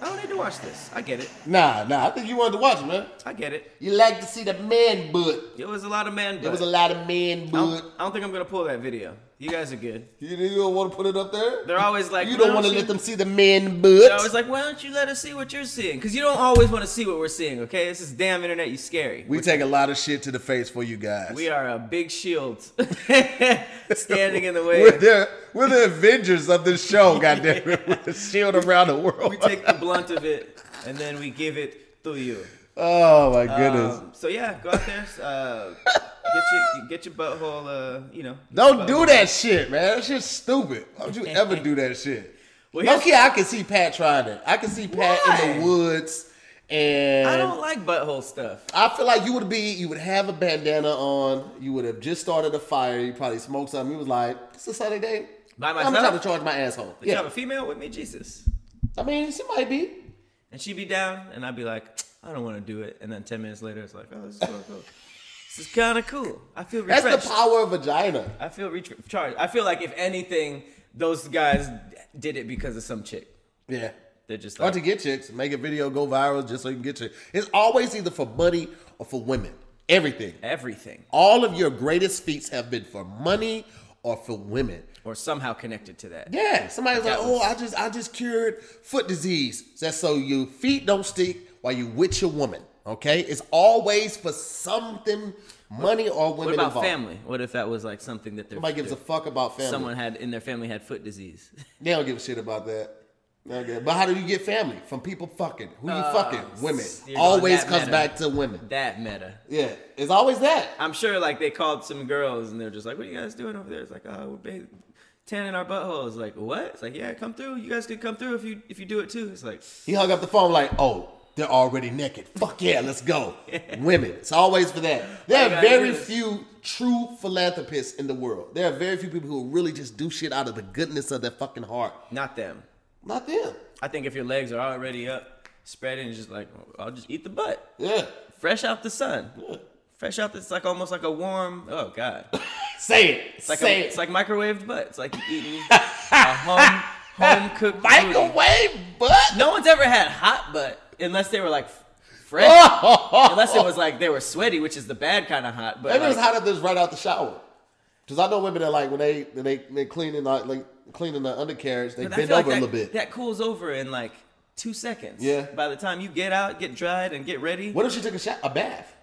I don't need to watch this. I get it.
Nah, nah. I think you wanted to watch it, man.
I get it.
You like to see the man butt.
It was a lot of man.
There was a
butt.
lot of man
I don't,
butt.
I don't think I'm gonna pull that video. You guys are good.
You, you don't want to put it up there.
They're always like,
you
"Why
don't want to
you-"
let them see the man
They're always
butt.
like, why don't you let us see what you're seeing? Because you don't always want to see what we're seeing. Okay, this is damn internet. You scary.
We take a lot of shit to the face for you guys.
We are a big shield standing in the way.
We're the, we're the Avengers of this show, goddamn it. We're the shield around the world.
we take the blunt of it and then we give it to you.
oh my goodness.
Um, so yeah, go out there, uh, get your get your butthole. Uh, you know,
Don't do that shit, man. That shit's stupid. Why would you ever do that shit?
Well,
Low
here's-
key, I can see Pat trying it. I can see Pat
Why?
in the woods,
I
and
don't like butthole stuff.
I feel like you would be, you would have a bandana on, you would have just started a fire, you probably smoked something. You was like, "It's a sunny day."
By
I'm
myself?
trying to charge my asshole.
Did you have
Yeah,
a female with me, Jesus,
I mean, she might be.
and she'd be down, and I'd be like, I don't want to do it, and then ten minutes later, it's like, oh, this is cool, cool. this is kind of cool. I feel
That's
refreshed.
the power of vagina.
I feel recharged. I feel like if anything, those guys did it because of some chick.
Yeah.
They're just
Or
like,
to get chicks, make a video go viral just so you can get chicks. It's always either for money or for women. Everything.
everything,
All of your greatest feats have been for money or for women.
or somehow connected to that.
Yeah, somebody's like,
That
"Oh,
was-
I just I just cured foot disease." That's so your feet don't stick while you with your woman. Okay, it's always for something, money or women
What about
involved.
family? What if that was like something that their
Nobody gives a fuck about family.
someone had in their family had foot disease?
They don't give a shit about that. Okay. But how do you get family from people fucking? Who you fucking? Women.
Uh, you're going
Always
that
comes
meta.
back to women.
that meta.
Yeah, it's always that.
I'm sure like they called some girls and they're just like, "What are you guys doing over there?" It's like, "Oh, we're ba- tanning our buttholes." Like, what? It's like, "Yeah, come through. You guys can come through if you if you do it too." It's like,
He hung up the phone like, "Oh, they're already naked. Fuck yeah, let's go." Women. It's always for that.
Why
There
you
are
gotta do
very
this?
few true philanthropists in the world. There are very few people who really just do shit out of the goodness of their fucking heart.
not them.
Not them.
I think if your legs are already up, spreading, it's just like, "I'll just eat the butt."
Yeah.
fresh out the sun. Fresh out. the- It's like almost like a warm. Oh God. It's
Say it.
like a,
Say
it's
it.
like microwaved butt. It's like you eating a home home cooked booty.
microwave butt.
No one's ever had hot butt unless they were like f- fresh.
Oh!
unless it was like they were sweaty, which is the bad kind of hot. But
Maybe
like,
it's hot if this right out the shower. Cause I know women that like when they when they they cleaning like, like cleaning the undercarriage, they
but I
bend
feel
over
like
a
that,
little bit.
That cools over in like two seconds.
Yeah.
By the time you get out, get dried, and get ready,
what if she took a shot, a bath?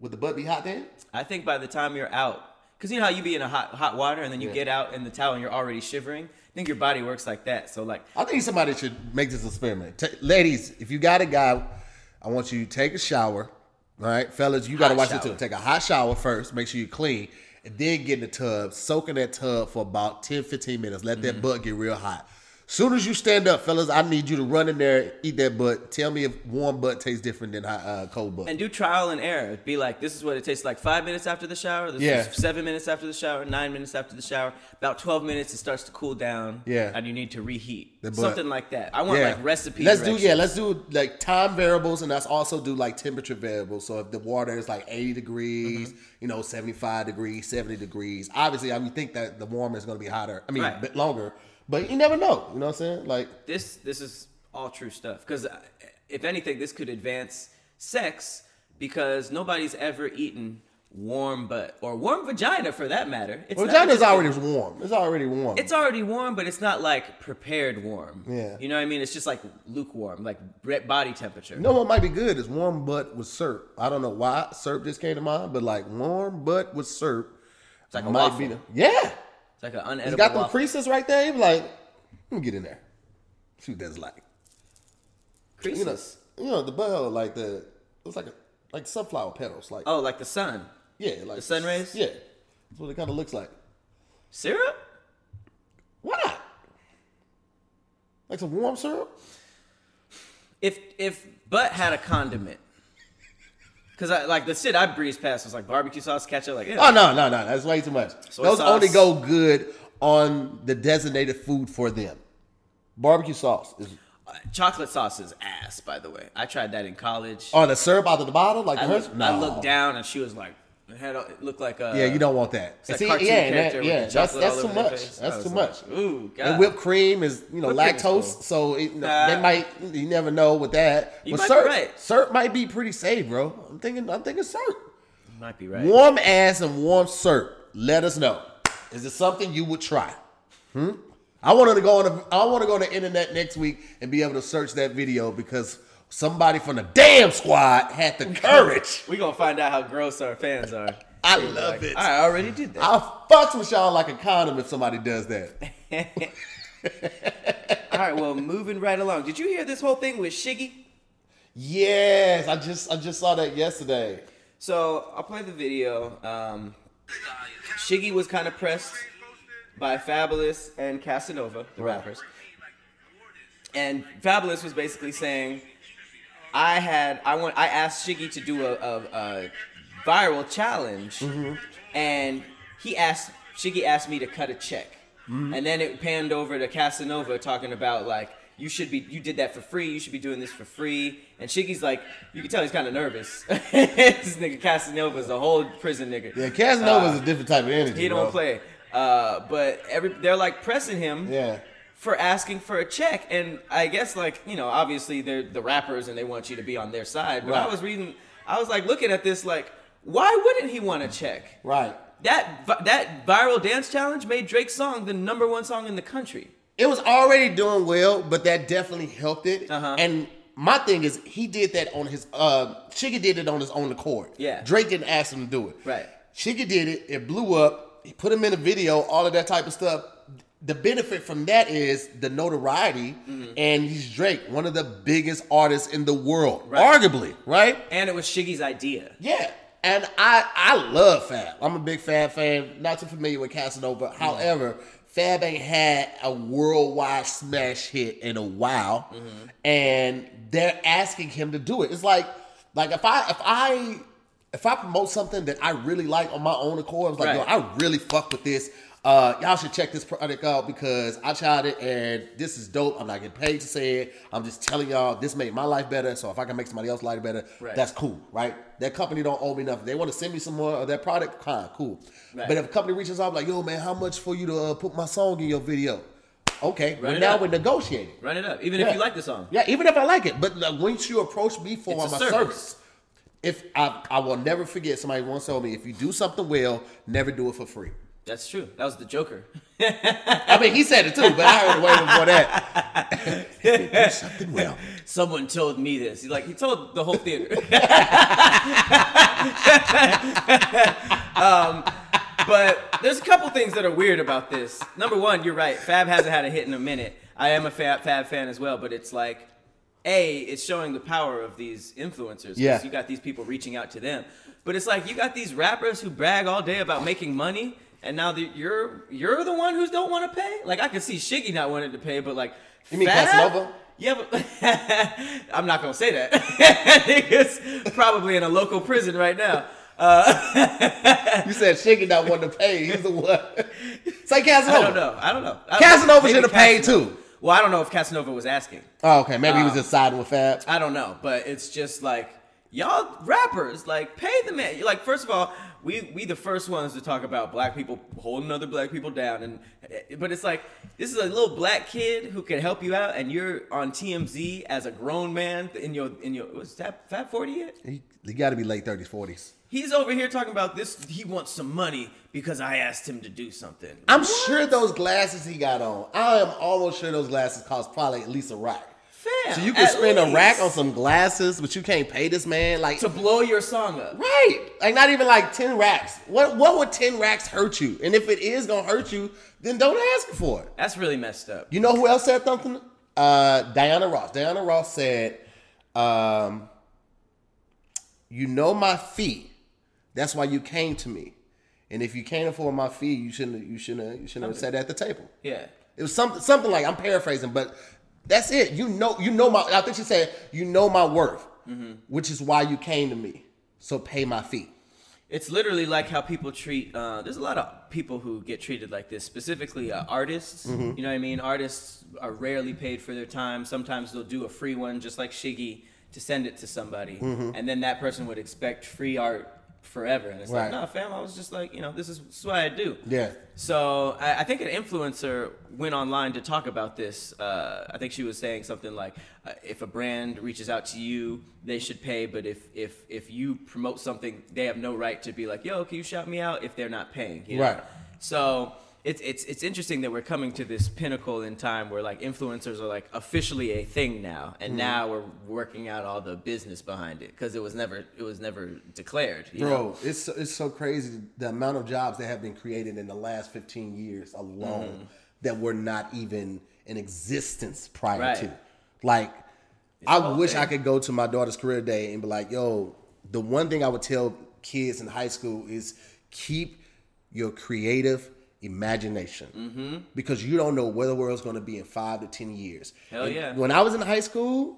Would the butt be hot then?
I think by the time you're out, because you know how you be in a hot hot water and then you
Yeah.
get out in the towel and you're already shivering. I think your body works like that. So like
I think somebody should make this experiment. Ta ladies, if you got a guy, I want you to take a shower. All right, fellas, you got to
Hot
watch it
shower.
too. Take a hot shower first, make sure you clean, and then get in the tub, soak in that tub for about 10, 15 minutes. Let
Mm-hmm.
that butt get real hot. Soon as you stand up, fellas, I need you to run in there, eat that butt. Tell me if warm butt tastes different than hot, uh, cold butt.
and do trial and error. Be like, this is what it tastes like five minutes after the shower. This
Yeah.
is seven minutes after the shower. Nine minutes after the shower. About twelve minutes, it starts to cool down.
Yeah.
and you need to reheat.
The butt.
Something like that. I want like recipe.
Let's do
directions.
yeah. Let's do like time variables, and let's also do like temperature variables. So if the water is like eighty degrees,
Mm-hmm.
you know, seventy five degrees, seventy degrees. Obviously, I would think that the warmer is going to be hotter. I mean,
Right.
a bit longer, but you never know. You know what I'm saying? Like,
This this is all true stuff. Because if anything, this could advance sex because nobody's ever eaten warm butt or warm vagina for that matter. It's
well,
not
vagina's
just-
already warm. It's already warm.
It's already warm, but it's not like prepared warm.
Yeah.
You know what I mean? It's just like lukewarm, like re- body temperature.
you know what might be good is warm butt with syrup. I don't know why syrup just came to mind, but like warm butt with syrup
It's like a
might
waffle.
be the yeah.
It's like an unedible
It's got them
waffle.
creases right there. Like, let me get in there. See what that's like. You know,
Creases.
you know the butthole like the it was like a, like sunflower petals, like
Oh, like the sun.
yeah, like
the sun rays?
Yeah, that's what it kind of looks like.
Syrup?
Why not? Like some warm syrup.
If if butt had a condiment. Cause I like the shit I breezed past was like barbecue sauce, ketchup, like yeah.
Oh no, no, no, that's way too much.
Soy
Those
sauce.
only go good on the designated food for them. Barbecue sauce is
Uh, chocolate sauce is ass, by the way. I tried that in college.
on the syrup out of the bottle, like
I,
the
looked-
Hershey-
I
Oh, No.
looked down and she was like, it, had, a- it looked like uh, a
Yeah, you don't want that.
It's
See,
that cartoon
yeah, and
character
that-
with
yeah,
the
that's
chocolate
that's
all
too
over their
much.
face. I
That's
was
too
like,
much.
ooh, God.
And whipped cream is you know
Whipped cream
lactose,
is cool.
so it, you know,
Nah.
they might you never know with that.
You
but
might be
syrup,
right.
syrup might be pretty safe, bro. I'm thinking, I'm thinking syrup.
You might be right.
Warm ass and warm syrup. Let us know. Is this something you would try? Hmm? I wanted to go on. The, I want to go on the internet next week and be able to search that video because somebody from the damn squad had the courage.
We gonna find out how gross our fans are.
I love it.
I already did that.
I fucks with y'all like a condom if somebody does that.
All right, well, moving right along. Did you hear this whole thing with Shiggy?
Yes, I just I just saw that yesterday.
So I'll play the video. Um, Shiggy was kind of pressed by Fabulous and Casanova, the rappers, and Fabulous was basically saying, "I had I want I asked Shiggy to do a, a, a viral challenge, and he asked Shiggy asked me to cut a check, and then it panned over to Casanova talking about like." You should be. You did that for free. You should be doing this for free. And Shiggy's like, you can tell he's kind of nervous. this nigga Casanova's a whole prison nigga.
Yeah, Casanova's a different type of energy.
Ah. He don't
bro.
play. Uh, but every they're like pressing him
Yeah.
for asking for a check, and I guess like you know, obviously they're the rappers and they want you to be on their side. But I
Right.
was reading, I was like looking at this like, why wouldn't he want a check?
Right.
That vi- that viral dance challenge made Drake's song the number one song in the country.
It was already doing well, but that definitely helped it.
Uh-huh.
And my thing is, he did that on his. uh Chigga did it on his own accord.
Yeah.
Drake didn't ask him to do it.
Right.
Chigga did it. It blew up. He put him in a video. All of that type of stuff. The benefit from that is the notoriety,
Mm-hmm.
and he's Drake, one of the biggest artists in the world,
Right.
arguably. Right.
And it was Shiggy's idea.
Yeah. And I I love Fab. I'm a big Fab fan. Not too familiar with Casanova.
Mm-hmm.
However, Fab ain't had a worldwide smash hit in a while.
Mm-hmm.
And they're asking him to do it. It's like like if I if I if I promote something that I really like on my own accord, I was like,
Right.
yo, I really fuck with this. Uh, y'all should check this product out because I tried it and this is dope. I'm not getting paid to say it. I'm just telling y'all this made my life better. So if I can make somebody else's life better,
Right.
that's cool, right? That company don't owe me nothing. They want to send me some more of that product, kind cool.
Right.
But if a company reaches out like, yo, man, how much for you to uh, put my song in your video? Okay, well,
it
now
up.
we're negotiating.
Run it up, even if you like the song.
Yeah, even if I like it, but like, once you approach me for
It's a
my
service.
service. if I, I will never forget. Somebody once told me, if you do something well, never do it for free.
That's true. That was the Joker.
I mean, he said it too, but I heard it way before that. if you do something well,
Someone told me this. He's like, he told the whole theater. um, Um, but there's a couple things that are weird about this. Number one, you're right. Fab hasn't had a hit in a minute. I am a Fab, Fab fan as well, but it's like, A, it's showing the power of these influencers. 'cause
Yeah.
You got these people reaching out to them. But it's like, you got these rappers who brag all day about making money. And now that you're you're the one who don't want to pay. Like I could see Shiggy not wanting to pay, but like
You mean
Fab?
Casanova?
Yeah, but I'm not gonna say that. Niggas probably in a local prison right now.
you said Shiggy not wanting to pay. He's the one. It's like Casanova.
I don't know. I don't know. I don't
Casanova
maybe
should have paid
Casanova-
too.
Well, I don't know if Casanova was asking.
Oh, okay. Maybe he was just siding with Fab.
I don't know, but it's just like y'all rappers like pay the man. Like first of all, we we the first ones to talk about black people holding other black people down, and but it's like this is a little black kid who can help you out, and you're on TMZ as a grown man in your in your was that Fat Forty yet?
He, he got to be late 30s, 40s.
He's over here talking about this. He wants some money because I asked him to do something.
I'm sure those glasses he got on. I am almost sure those glasses cost probably at least a rack.
Fam,
So you can
at
spend a rack on
least
some glasses, but you can't pay this man like
to blow your song up.
right, like not even like ten racks. What what would ten racks hurt you? And if it is gonna hurt you, then don't ask for it.
That's really messed up.
You know who else said something? Uh, Diana Ross. Diana Ross said Um, you know my fee. That's why you came to me. And if you can't afford my fee, you shouldn't. You shouldn't. You shouldn't have sat at the table.
Yeah.
It was something. Something like I'm paraphrasing, but that's it. You know. You know my. I think she said you know my worth, which is why you came to me. So pay my fee.
It's literally like how people treat. Uh, there's a lot of people who get treated like this, specifically uh, artists.
Mm-hmm.
You know what I mean? Artists are rarely paid for their time. Sometimes they'll do a free one, just like Shiggy, to send it to somebody,
Mm-hmm.
and then that person would expect free art forever. And it's like,
Right.
nah, fam, I was just like, you know, this is, this is what I do.
Yeah.
So I, I think an influencer went online to talk about this. Uh, I think she was saying something like, uh, "If a brand reaches out to you, they should pay. But if if if you promote something, they have no right to be like, yo, can you shout me out?' If they're not paying, you know?
Right.
So it's it's it's interesting that we're coming to this pinnacle in time where like influencers are like officially a thing now,
Mm-hmm.
and now we're working out all the business behind it because it was never it was never declared. You know?
Bro, it's so- it's so crazy the amount of jobs that have been created in the last 15 years alone
Mm-hmm.
that were not even in existence prior
Right.
to. Like, I
whole
wish I
thing.
could go to my daughter's career day and be like, "Yo, the one thing I would tell kids in high school is keep your creative." Imagination,
Mm-hmm.
because you don't know where the world's going to be in five to ten years.
Hell
And
yeah.
When I was in high school,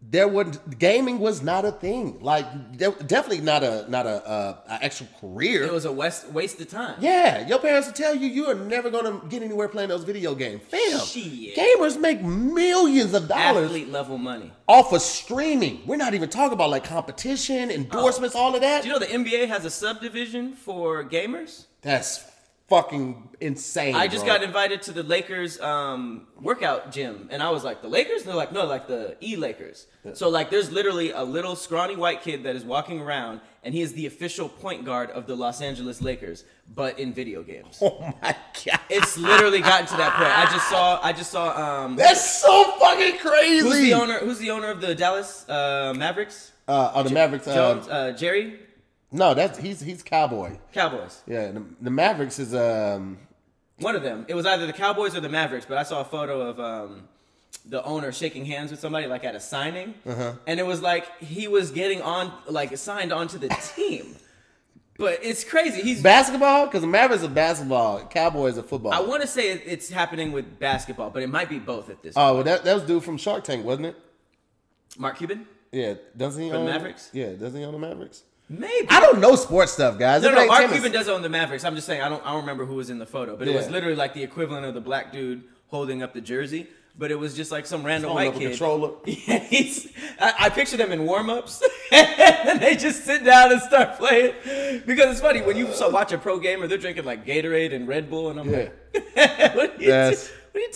there wasn't gaming was not a thing. Like de- definitely not a not a, uh, a actual career.
It was a west, waste of time.
yeah, your parents will tell you you are never gonna get anywhere playing those video games. Fam,
Shit.
gamers make millions of dollars
Athlete level money.
off of streaming. We're not even talking about like competition, endorsements, all of that.
Do you know the NBA has a subdivision for gamers?
That's fucking insane.
I just
bro.
got invited to the Lakers um, workout gym, and I was like, the Lakers? And they're like, no, like the E Lakers. So like, there's literally a little scrawny white kid that is walking around, and he is the official point guard of the Los Angeles Lakers, but in video games.
Oh my god,
it's literally gotten to that point. I just saw, I just saw. Um,
that's so fucking crazy.
who's the owner? Who's the owner of the Dallas uh, Mavericks?
Uh, oh, the Mavericks. Uh,
Jones, uh, Jerry
no, that's he's he's cowboy.
Cowboys.
Yeah, the, the Mavericks is um
One of them. It was either the Cowboys or the Mavericks, but I saw a photo of um, the owner shaking hands with somebody like at a signing,
Uh-huh.
and it was like he was getting on, like signed onto the team. but it's crazy. He's.
Basketball? Because the Mavericks are basketball, Cowboys are football.
I want to say it, it's happening with basketball, but it might be both at this. point.
oh, well, that that was dude from Shark Tank, wasn't it?
Mark Cuban,
Yeah, doesn't he
For the
own
Mavericks?
Yeah, doesn't he own the Mavericks?
maybe.
I don't know sports stuff, guys.
No,
It
no,
ain't
Mark
tennis.
Cuban does own the Mavericks. I'm just saying I don't I don't remember who was in the photo, but it was
Yeah.
literally like the equivalent of the black dude holding up the jersey, but it was just like some random
Holding
white
up a
kid.
controller.
Yeah, he's, I, I picture them in warm ups, and they just sit down and start playing. Because it's funny when you so watch a pro gamer, they're drinking like Gatorade and Red Bull, and I'm
Yeah.
like, what are you,
That's-
do- what are you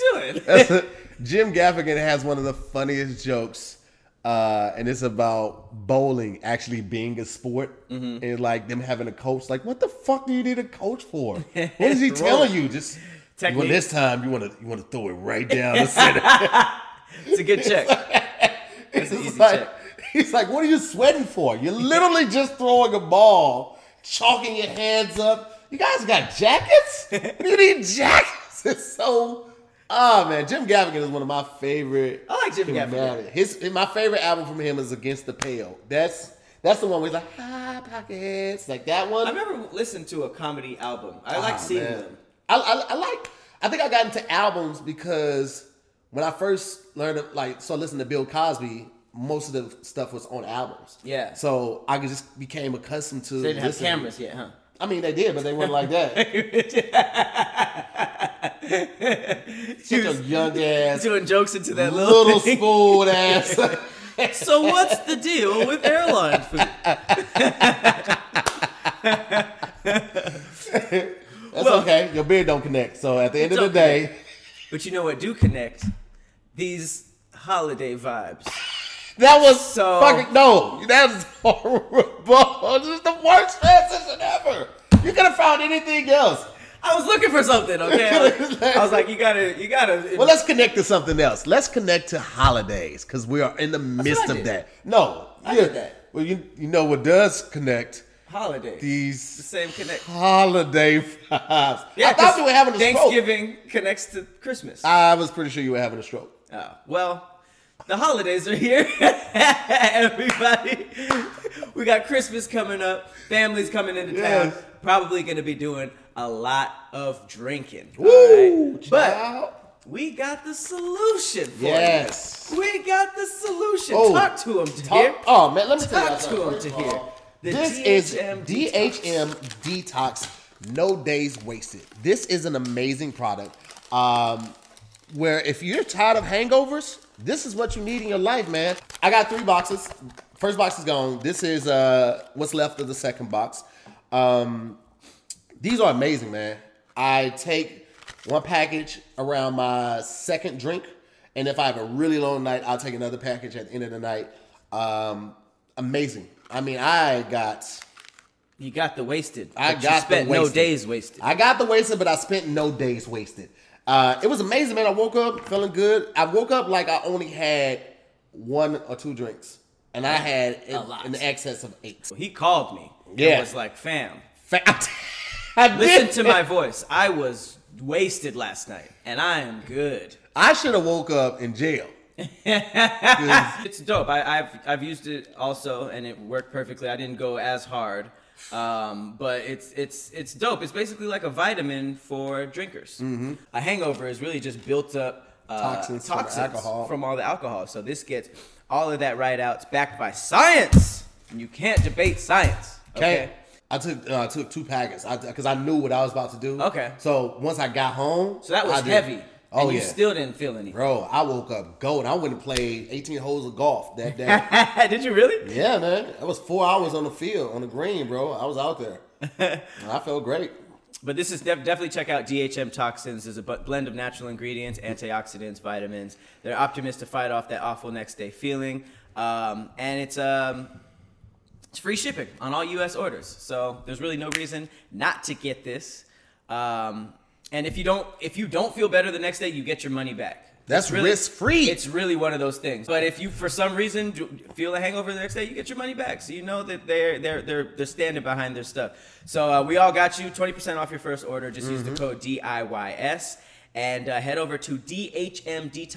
doing?
Jim Gaffigan has one of the funniest jokes, uh, and it's about bowling actually being a sport
Mm-hmm.
and like them having a coach. Like, what the fuck do you need a coach for? What is he
Throw
telling you? Just well,
Technique.
this time you want to you want to throw it right down the center.
it's a good check. That's an
It's
easy
like-
check.
He's like, what are you sweating for? You're literally just throwing a ball, chalking your hands up. You guys got jackets? you need jackets? It's so. Oh man, Jim Gaffigan is one of my favorite.
I like Jim Gaffigan.
comedians. His my favorite album from him is Against the Pale. That's that's the one where he's like, "Hi pockets," like that one.
I remember listening to a comedy album. I like
Ah,
seeing
man.
them.
I, I, I like. I think I got into albums because when I first learned, of, like, so listen to Bill Cosby. Most of the stuff was on albums.
Yeah.
So I just became accustomed to.
They didn't have
listening.
cameras yet, huh?
I mean, they did, but they weren't like that. Such a young ass,
Doing jokes into that little,
little
thing.
spoon ass.
So what's the deal with airline food?
That's
Look.
okay. Your beard don't connect. So at the end of the
Don't
day,
But you know what do connect? These holiday vibes.
that was
So-
fucking no. That was horrible. This is the worst transition ever. You could have found anything else.
I was looking for something, okay? I was, I was like, you gotta, you gotta.
Well, let's connect to something else. Let's connect to holidays because we are in the midst
what I
of
did.
that. No,
I
yeah.
did that.
Well, you you know what does connect
holiday. the
these
same connect.
holiday vibes. I
'cause
thought you were having a stroke.
Thanksgiving connects to Christmas.
I was pretty sure you were having a stroke.
oh, well, the holidays are here. Everybody, we got Christmas coming up. Families coming into town.
Yes.
Probably going to be doing a lot of drinking. all
Woo,
right? But
child.
we got the solution for
Yes.
you. We got the solution.
Oh,
Talk to them,
Talk-
Tahir.
oh man, let me tell you
Talk to
something.
them, Tahir. The
This is
DHM
DHM Detox. No days wasted. This is an amazing product. Um, where if you're tired of hangovers, this is what you need in your life, man. I got three boxes. First box is gone. This is uh what's left of the second box. Um, these are amazing, man. I take one package around my second drink, and if I have a really long night, I'll take another package at the end of the night. Um, amazing. I mean, I got
You got the wasted.
I
but
got
you
the
spent no
wasted.
days wasted.
I got the wasted, but I spent no days wasted. Uh, it was amazing, man. I woke up feeling good. I woke up like I only had one or two drinks, and I had
A lot.
an excess of eight.
he called me.
Yeah.
and was like, "Fam,
Fact. I did
listen to
it.
my voice. I was wasted last night, and I am good.
I should have woke up in jail.
It's dope. I, I've I've used it also, and it worked perfectly. I didn't go as hard, um, but it's it's it's dope. It's basically like a vitamin for drinkers. A hangover is really just built up uh,
Mm-hmm. Toxins from alcohol.
from all the alcohol. So this gets all of that right out. It's backed by science, and you can't debate science.
Okay. I took uh, I took two packets because I, knew what I was about to do.
Okay.
So once I got home,
So that
I
was
did-
heavy.
Oh
and you
yeah,
still didn't feel any.
bro. I woke up gold. I went and played eighteen holes of golf that day.
Did you really?
yeah, man. That was four hours on the field on the green, bro. I was out there. And I felt great.
But this is def- definitely check out DHM Toxins. There's a bu- blend of natural ingredients, antioxidants, vitamins. They're optimist to fight off that awful next day feeling, um, and it's um, it's free shipping on all U.S. orders. So there's really no reason not to get this. Um, and if you don't if you don't feel better the next day, you get your money back.
That's
It's really-
risk-free.
It's really one of those things. But if you, for some reason, do, feel a hangover the next day, you get your money back. So you know that they're they're they're they're standing behind their stuff. So uh, we all got you twenty percent off your first order. Just use the code DIYS and uh, head over to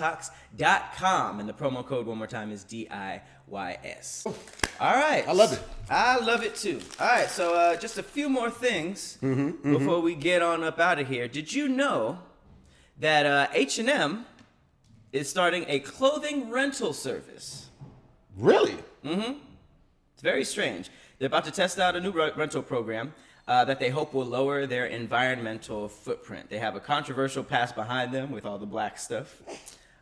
dhmdetox.com and the promo code one more time is DIYS. All right, I
love it.
I love it too. All right, so uh, just a few more things before we get on up out of here. Did you know that uh, H&M is starting a clothing rental service.
Really?
It's very strange. They're about to test out a new re- rental program uh, that they hope will lower their environmental footprint. They have a controversial past behind them with all the black stuff.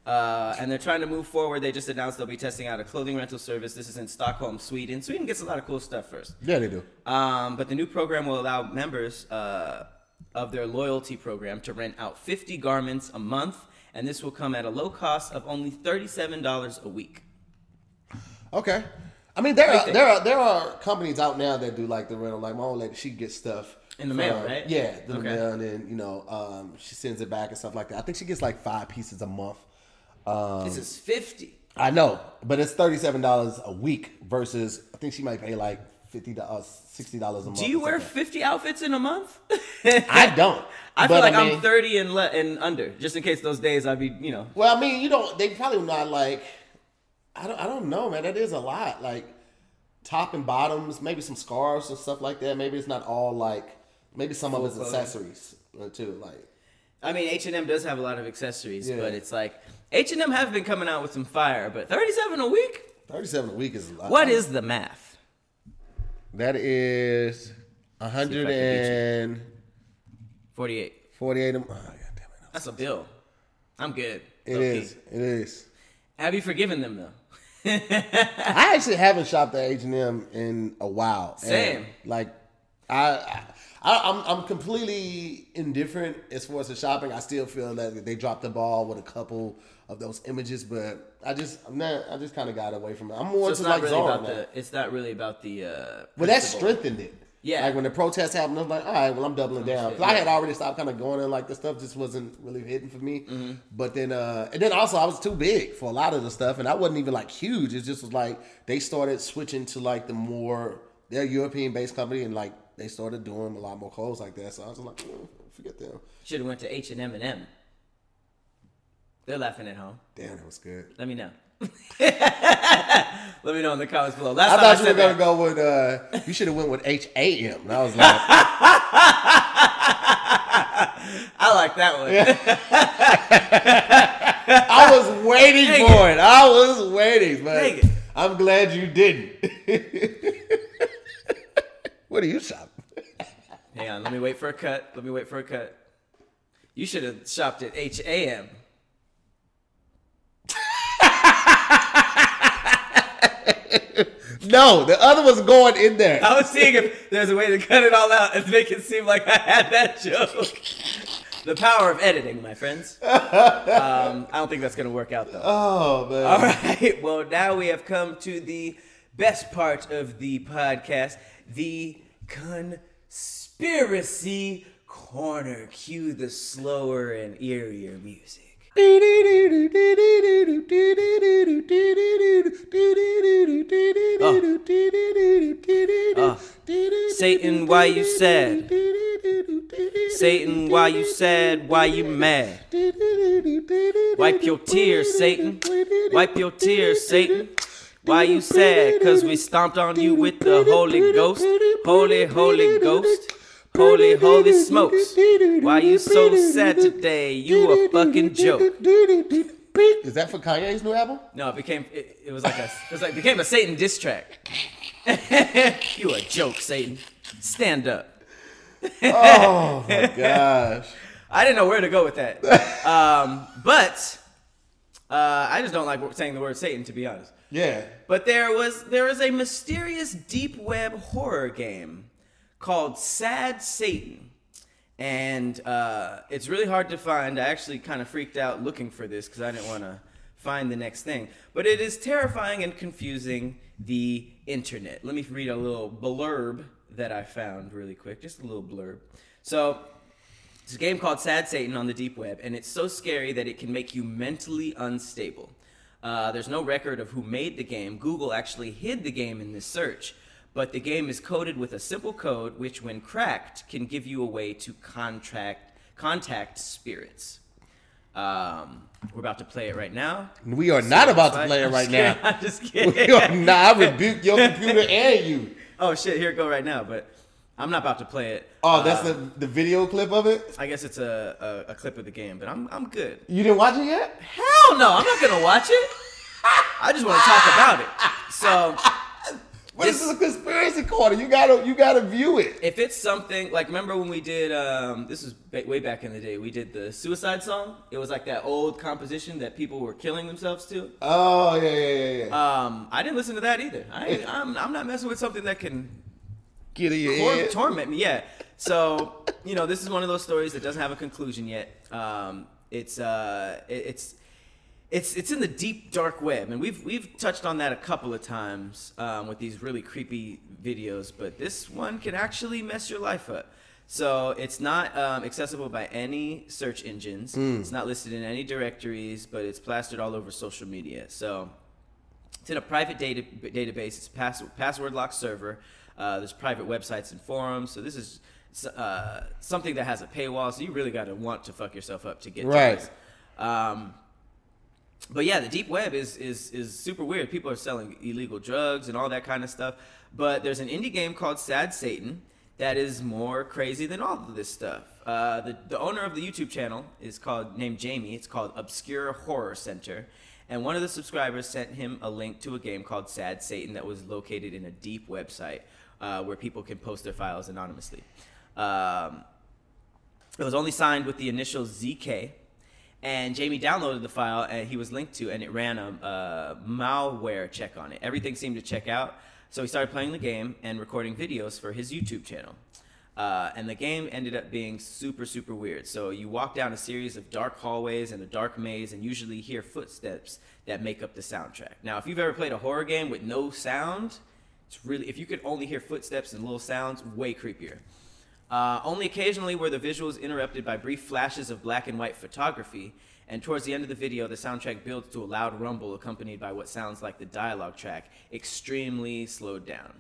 Uh, and they're trying to move forward. They just announced they'll be testing out a clothing rental service. This is in Stockholm, Sweden. Sweden gets a lot of cool stuff first.
Yeah, they do.
Um, but the new program will allow members uh, of their loyalty program to rent out 50 garments a month, and this will come at a low cost of only $37 a week.
Okay. I mean, there are
think?
there are there are companies out now that do like the rental. Like my old lady, she gets stuff
In the mail,
from-
right?
Yeah, in the
Okay.
mail, and then you know um, she sends it back and stuff like that. I think she gets like five pieces a month. Um,
This is 50.
I know, but it's thirty seven dollars a week versus I think she might pay like fifty dollars, sixty dollars a month.
Do
or
you wear
something.
50 outfits in a month?
I don't.
I feel
but
like I
mean-
am 30 and, le- and under, just in case those days I'd be, you know.
Well, I mean, you don't. They probably not like. I don't. I don't know, man. That is a lot. Like top and bottoms, maybe some scarves and stuff like that. Maybe it's not all like. Maybe some of it's
clothes.
accessories uh, too. Like
I mean, H&M does have a lot of accessories,
Yeah.
but it's like H&M have been coming out with some fire, but 37 a week?
thirty-seven a week is a lot.
What is the math?
that? Is a hundred and
48.
forty-eight. a m- Oh, God damn it.
That's a bill. I'm good.
It
Low-key.
is. It is.
Have you forgiven them though?
I actually haven't shopped at H and M in a while. And,
Same.
like, I, I, I'm I'm completely indifferent as far as the shopping. I still feel that they dropped the ball with a couple of those images, but I just I'm not. I just kind of got away from it. I'm more
So
just
it's
like
not really
Zara
about
now.
the. It's not really about the. Uh,
But that
principle.
strengthened it.
Yeah.
Like when the protests happened, I was like, all right, well, I'm doubling down. 'Cause I
yeah.
had already stopped kind of going in, like, the stuff just wasn't really hitting for me.
Mm-hmm.
But then, uh, and then also, I was too big for a lot of the stuff, and I wasn't even like huge. It just was like they started switching to like the more, they're European based company, and like they started doing a lot more clothes like that. So I was like, mm, forget them.
Should have went to H and M and M. They're laughing at home.
Damn, that was good.
Let me know. Let me know in the comments below.
I
Last time I
thought you
said
were gonna
that.
go with uh you should have went with H A M. And I was like,
I like that one.
I was waiting
Dang
for it. I was waiting, but
Dang it.
I'm glad you didn't. what are you shopping?
Hang on, let me wait for a cut. Let me wait for a cut. You should have shopped at H A M.
No, the other was going in there.
I was seeing if there's a way to cut it all out and make it seem like I had that joke. the power of editing, my friends. Um, I don't think that's gonna work out though.
Oh man.
All right. Well, now we have come to the best part of the podcast, the conspiracy corner. Cue the slower and eerier music. Satan, why you sad? Satan, why you sad? Why you mad? Wipe your tears, Satan. Wipe your tears, Satan. Why you sad? Cause we stomped on you with the Holy Ghost. Holy, Holy Ghost. Holy, holy smokes. Why you so sad today? You a fucking joke.
Is that for Kanye's new album?
No, it became it, it was like a it was like became a Satan diss track. you a joke, Satan. Stand up.
Oh my gosh.
I didn't know where to go with that. Um, but uh, I just don't like saying the word Satan, to be honest.
Yeah.
But there was there is a mysterious deep web horror game called Sad Satan, and uh, it's really hard to find. I actually kind of freaked out looking for this because I didn't want to find the next thing. But it is terrifying and confusing the internet. Let me read a little blurb that I found really quick, just a little blurb. So it's a game called Sad Satan on the deep web, and it's so scary that it can make you mentally unstable. Uh, there's no record of who made the game. Google actually hid the game in this search, but the game is coded with a simple code, which, when cracked, can give you a way to contract contact spirits. Um, we're about to play it right now.
We are not about to play it
I'm
right
just
now.
kidding. I'm just
We are
kidding.
not. I rebuke your computer and you.
oh shit! Here it go right now, but I'm not about to play it.
Oh, that's the, the video clip of it?
I guess it's a, a, a clip of the game, but I'm I'm good.
You didn't watch it yet?
Hell no, I'm not gonna watch it. I just want to talk about it. So
But this is a conspiracy corner. You gotta you gotta view it.
if it's something like remember when we did um, this was ba- way back in the day we did the suicide song. It was like that old composition that people were killing themselves to.
Oh yeah yeah yeah yeah.
Um, I didn't listen to that either. I ain't, I'm I'm not messing with something that can
Get in your
tor-
head.
torment me. Yeah. So you know this is one of those stories that doesn't have a conclusion yet. Um, it's uh it- it's it's it's in the deep dark web, and we've we've touched on that a couple of times um, with these really creepy videos. But this one can actually mess your life up. So it's not um, accessible by any search engines. It's not listed in any directories, but it's plastered all over social media. So it's in a private data, database. It's pass, password locked server. Uh, there's private websites and forums. So this is s- uh, something that has a paywall. So you really got to want to fuck yourself up to get to
Right.
this. Um, but yeah, the deep web is is is super weird. People are selling illegal drugs and all that kind of stuff. But there's an indie game called Sad Satan that is more crazy than all of this stuff. Uh, the the owner of the YouTube channel is called named Jamie. It's called Obscure Horror Center, and one of the subscribers sent him a link to a game called Sad Satan that was located in a deep website uh, where people can post their files anonymously. Um, it was only signed with the initial ZK, and Jamie downloaded the file and he was linked to, and it ran a, a malware check on it. Everything seemed to check out, so he started playing the game and recording videos for his YouTube channel. Uh, and the game ended up being super, super weird. So you walk down a series of dark hallways and a dark maze, and usually hear footsteps that make up the soundtrack. Now, if you've ever played a horror game with no sound, it's really if you could only hear footsteps and little sounds, way creepier. Uh, only occasionally were the visuals interrupted by brief flashes of black and white photography, and towards the end of the video, the soundtrack builds to a loud rumble accompanied by what sounds like the dialogue track, extremely slowed down.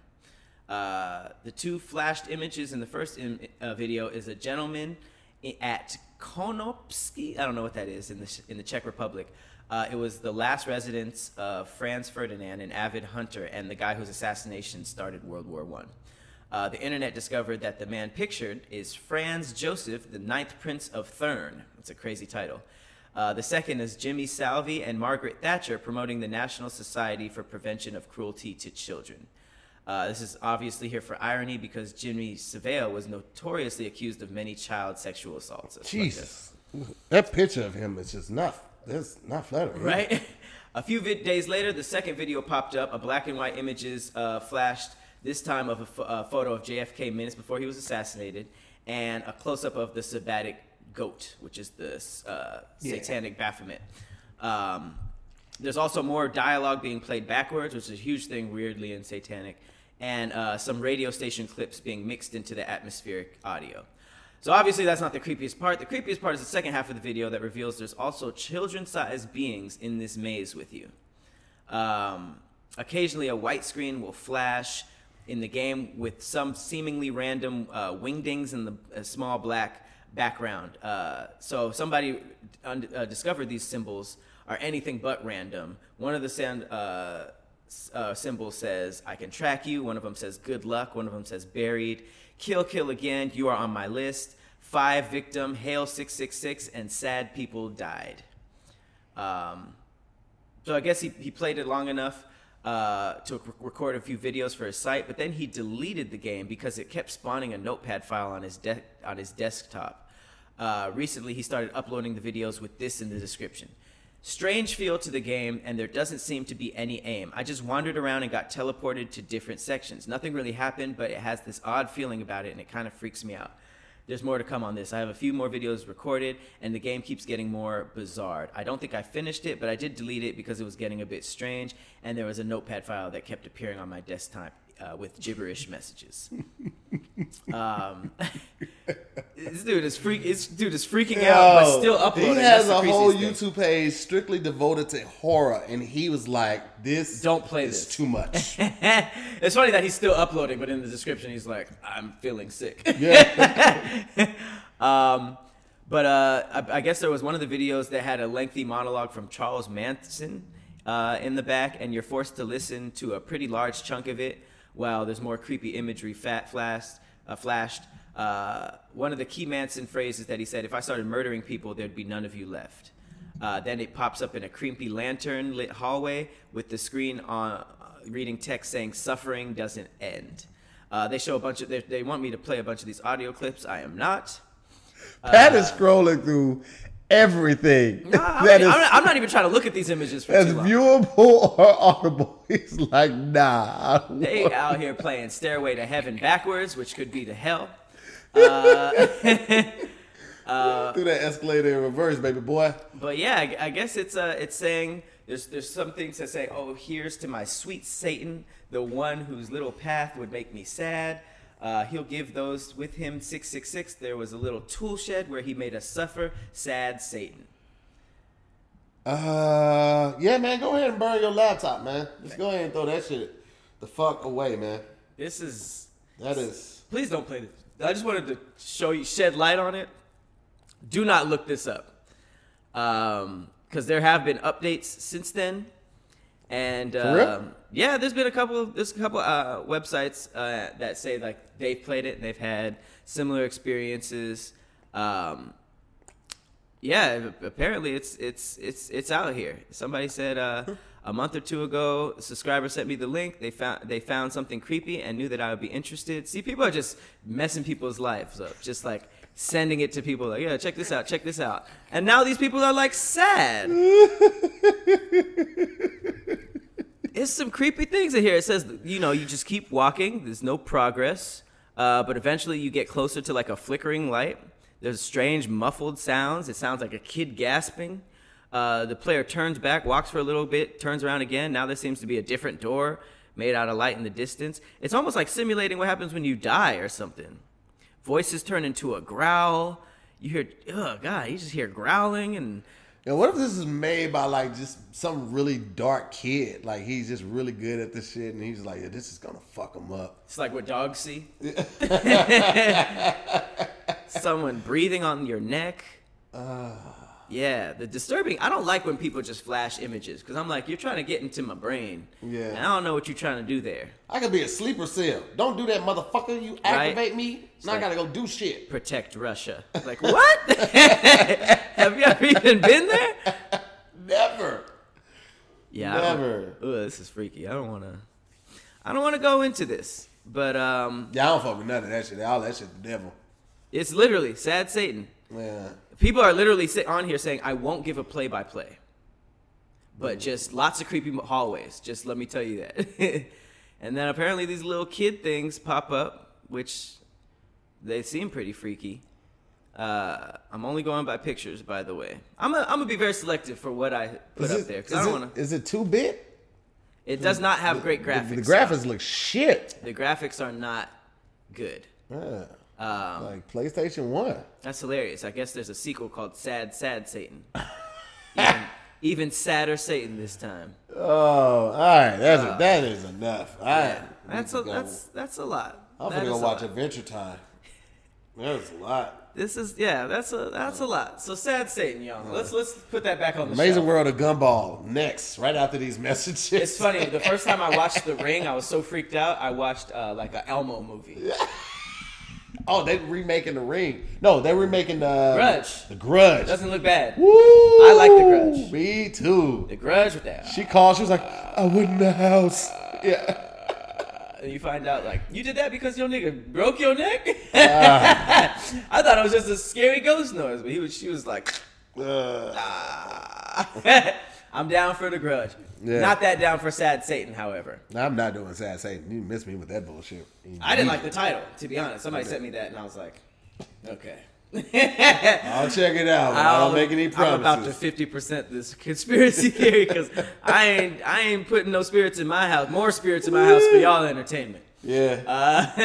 Uh, the two flashed images in the first Im- uh, video is a gentleman i- at Konopsky, I don't know what that is in the, in the Czech Republic, Uh, it was the last residence of Franz Ferdinand, an avid hunter and the guy whose assassination started World War One. Uh, the internet discovered that the man pictured is Franz Joseph, the ninth prince of Thurn. It's a crazy title. Uh, the second is Jimmy Salvi and Margaret Thatcher promoting the National Society for Prevention of Cruelty to Children. Uh, this is obviously here for irony because Jimmy Savile was notoriously accused of many child sexual assaults. That's fucked up.
Jesus, that picture of him is just not. That's not flattering.
right? A few vid- days later, the second video popped up. A black and white images uh, flashed, this time of a pho- uh, photo of JFK minutes before he was assassinated, and a close up of the sabbatic goat, which is the uh, satanic Baphomet. Um, there's also more dialogue being played backwards, which is a huge thing, weirdly, in satanic, and uh, some radio station clips being mixed into the atmospheric audio. So obviously that's not the creepiest part. The creepiest part is the second half of the video that reveals there's also children-sized beings in this maze with you. Um, occasionally, a white screen will flash in the game with some seemingly random uh, wingdings in the a small black background. Uh, so if somebody un- uh, discovered these symbols are anything but random. One of the sound. Uh, s- uh, symbol says, I can track you. One of them says, good luck. One of them says, buried. Kill, kill again. You are on my list. Five victim, hail 666, and sad people died. Um, so I guess he, he played it long enough uh, to rec- record a few videos for his site, but then he deleted the game because it kept spawning a notepad file on his, de- on his desktop. Uh, recently, he started uploading the videos with this in the description. Strange feel to the game, and there doesn't seem to be any aim. I just wandered around and got teleported to different sections. Nothing really happened, but it has this odd feeling about it, and it kind of freaks me out. There's more to come on this. I have a few more videos recorded, and the game keeps getting more bizarre. I don't think I finished it, but I did delete it because it was getting a bit strange, and there was a notepad file that kept appearing on my desktop uh, with gibberish messages. Um, this dude is freak. This dude is freaking out, but still uploading.
He has
That's
a
the
whole
craziest thing.
YouTube page strictly devoted to horror, and he was like, "This
Don't play
is
this."
too much."
it's funny that he's still uploading, but in the description he's like, "I'm feeling sick." um, but uh, I, I guess there was one of the videos that had a lengthy monologue from Charles Manson uh, in the back, and you're forced to listen to a pretty large chunk of it while there's more creepy imagery fat flashed. Uh, flashed. Uh, one of the key Manson phrases that he said, "If I started murdering people, there'd be none of you left." Uh, then it pops up in a creepy lantern lit hallway with the screen on uh, reading text saying "Suffering doesn't end." Uh, they show a bunch of they, they want me to play a bunch of these audio clips. I am not.
Pat is scrolling through everything
No, I'm, I'm
that is
not, I'm not even trying to look at these images for
as
too long.
viewable or audible. He's like, "Nah." I don't
they
want-
out here playing Stairway to Heaven backwards, which could be to hell. Uh,
through that escalator in reverse, baby boy.
But yeah, I, I guess it's uh, it's saying there's there's some things that say, oh, here's to my sweet Satan, the one whose little path would make me sad. Uh, he'll give those with him six six six. There was a little tool shed where he made us suffer, sad Satan.
Uh, yeah, man, go ahead and burn your laptop, man. Just go ahead and throw that shit the fuck away, man.
This is
That is
please don't play this. I just wanted to show you, shed light on it. Do not look this up, because there have been updates since then, and
real?
um, yeah, there's been a couple. There's a couple uh, websites uh, that say like they've played it and they've had similar experiences. Um, yeah, a- apparently it's it's it's it's out here. Somebody said uh, a month or two ago, a subscriber sent me the link. They found they found something creepy and knew that I would be interested. See, people are just messing people's lives up, just like sending it to people like, yeah, check this out, check this out. And now these people are like sad. it's some creepy things in here. It says, you know, you just keep walking. There's no progress, uh, but eventually you get closer to like a flickering light. There's strange muffled sounds. It sounds like a kid gasping. Uh, the player turns back, walks for a little bit, turns around again. Now there seems to be a different door made out of light in the distance. It's almost like simulating what happens when you die or something. Voices turn into a growl. You hear, oh god, you just hear growling and
And what if this is made by like just some really dark kid? Like he's just really good at this shit, and he's like, yeah, "This is gonna fuck him up."
It's like what dogs see.
Ah.
Someone breathing on your neck. Yeah, the disturbing. I don't like when people just flash images because I'm like, you're trying to get into my brain.
Yeah.
And I don't know what you're trying to do there.
I could be a sleeper cell. Don't do that, motherfucker. You activate me. Now I
like-
gotta go do shit.
Protect Russia. Like what? Have you ever even been there?
Never.
Yeah. I don't-
Never.
Ugh, this is freaky. I don't want to. I don't want to go into this, but um,
Yeah, I don't fuck with none of that shit. All that shit, the devil.
it's literally sad Satan.
Man,
People are literally sit on here saying, "I won't give a play-by-play," but
Mm.
just lots of creepy hallways. Just let me tell you that. and then apparently these little kid things pop up, which they seem pretty freaky. Uh, I'm only going by pictures, by the way. I'm gonna I'm gonna be very selective for what I put up there because I don't want to.
Is it two bit?
It does not have great graphics.
The graphics look shit.
The graphics are not good.
Yeah. like PlayStation One.
That's hilarious. I guess there's a sequel called Sad Sad Satan. even, even sadder Satan this time.
Oh, all right. That's that is enough. All right.
That's
We
a
can go.
that's that's a lot.
I'm
That
gonna go
is a
watch
lot.
Adventure Time. That's a lot.
This is yeah. That's a that's a lot. So Sad Satan, y'all. Let's let's put that back on the
Amazing
shelf.
World of Gumball next, right after these messages.
It's funny. The first time I watched The Ring, I was so freaked out. I watched uh, like an Elmo movie.
Oh, they remaking the ring. No, they're remaking the
Grudge.
The Grudge.
Doesn't look bad.
Woo!
I like The Grudge.
Me too.
The Grudge with that.
She called. She was like, "I wasn't in the house." Yeah.
And you find out like you did that because your nigga broke your neck.
Ah.
I thought it was just a scary ghost noise, but he was she was like,
Uh,
"Ah." I'm down for the grudge.
Yeah.
Not that down for sad Satan, however.
I'm not doing sad Satan. You missed me with that bullshit.
I didn't like the title, to be honest. Somebody sent me that and I was like, okay.
I'll check it out. I don't make any
I'm about to
promises.
fifty percent this conspiracy theory because I ain't I ain't putting no spirits in my house, more spirits in my house for y'all entertainment.
yeah.
Uh,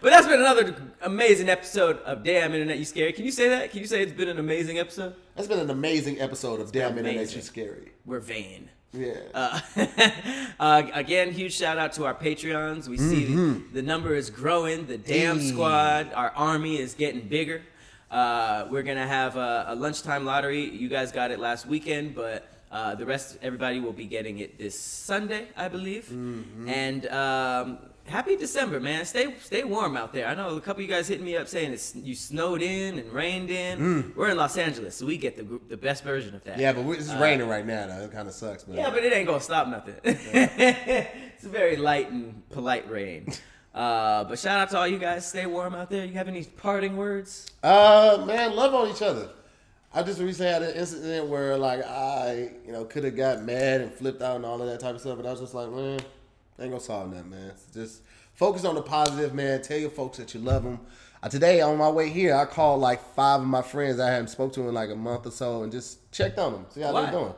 but that's been another amazing episode of Damn Internet You Scary. Can you say that? Can you say it's been an amazing episode?
That's been an amazing episode of Damn Internet
amazing.
You Scary.
We're vain.
Yeah.
Uh, uh, again, huge shout out to our Patreons. We see the number is growing. The Damn
Hey.
Squad, our army is getting bigger. Uh, we're gonna have a, a lunchtime lottery. You guys got it last weekend, but uh, the rest, everybody will be getting it this Sunday, I believe. And um, happy December, man. Stay stay warm out there. I know a couple of you guys hitting me up saying it's you snowed in and rained in. We're in Los Angeles, so we get the gr- the best version of that.
yeah, but we- it's raining right now. Though. It kind of sucks, man.
uh, Yeah, but it ain't gonna stop nothing. it's a very light and polite rain. Uh, but shout out to all you guys. Stay warm out there. You have any parting words?
Uh, man, love on each other. I just recently had an incident where, like, I, you know, could have got mad and flipped out and all of that type of stuff, but I was just like, man, ain't gonna solve nothing, man. Just focus on the positive, man. Tell your folks that you love them. Uh, today, on my way here, I called like five of my friends I hadn't spoke to in like a month or so, and just checked on them, see how
Why?
they're doing.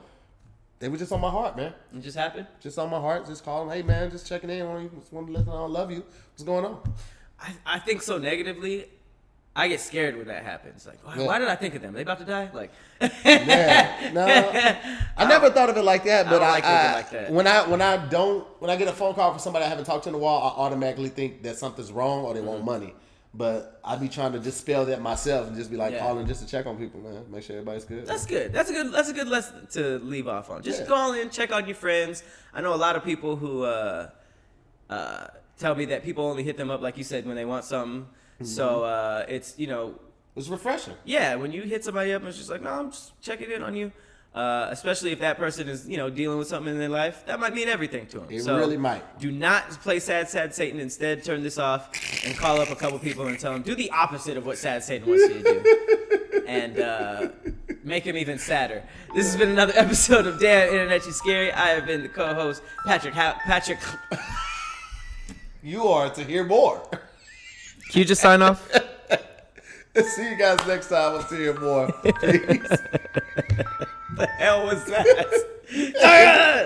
They were just on my heart, man.
It just happened.
Just on my heart. Just calling, hey, man, just checking in. on you. Just wanted to let you know I love you. What's going on?
I, I think so negatively. I get scared when that happens. Like, why, why did I think of them? They about to die. Like,
Yeah, no, I never thought of it like that. But
don't
I,
like
I,
thinking like that.
when I when I don't when I get a phone call from somebody I haven't talked to in a while, I automatically think that something's wrong or they
Mm-hmm.
want money. But I be trying to dispel that myself and just be like
Yeah.
calling just to check on people, man. Make sure everybody's good.
That's good. That's a good. That's a good lesson to leave off on. Just
Yeah.
call in, check on your friends. I know a lot of people who uh, uh, tell me that people only hit them up, like you said, when they want something. So uh, it's you know
it's refreshing.
Yeah, when you hit somebody up and it's just like, no, I'm just checking in on you. Uh, especially if that person is, you know, dealing with something in their life, that might mean everything to them.
It really might.
Do not play sad, sad Satan. Instead, turn this off and call up a couple people and tell them do the opposite of what sad Satan wants you to do, and uh, make him even sadder. This has been another episode of Damn Internet You Scary. I have been the co-host Patrick. How- Patrick, can
You are to hear more.
you just sign off?
See you guys next time. We'll see you more. Peace.
Hell was that?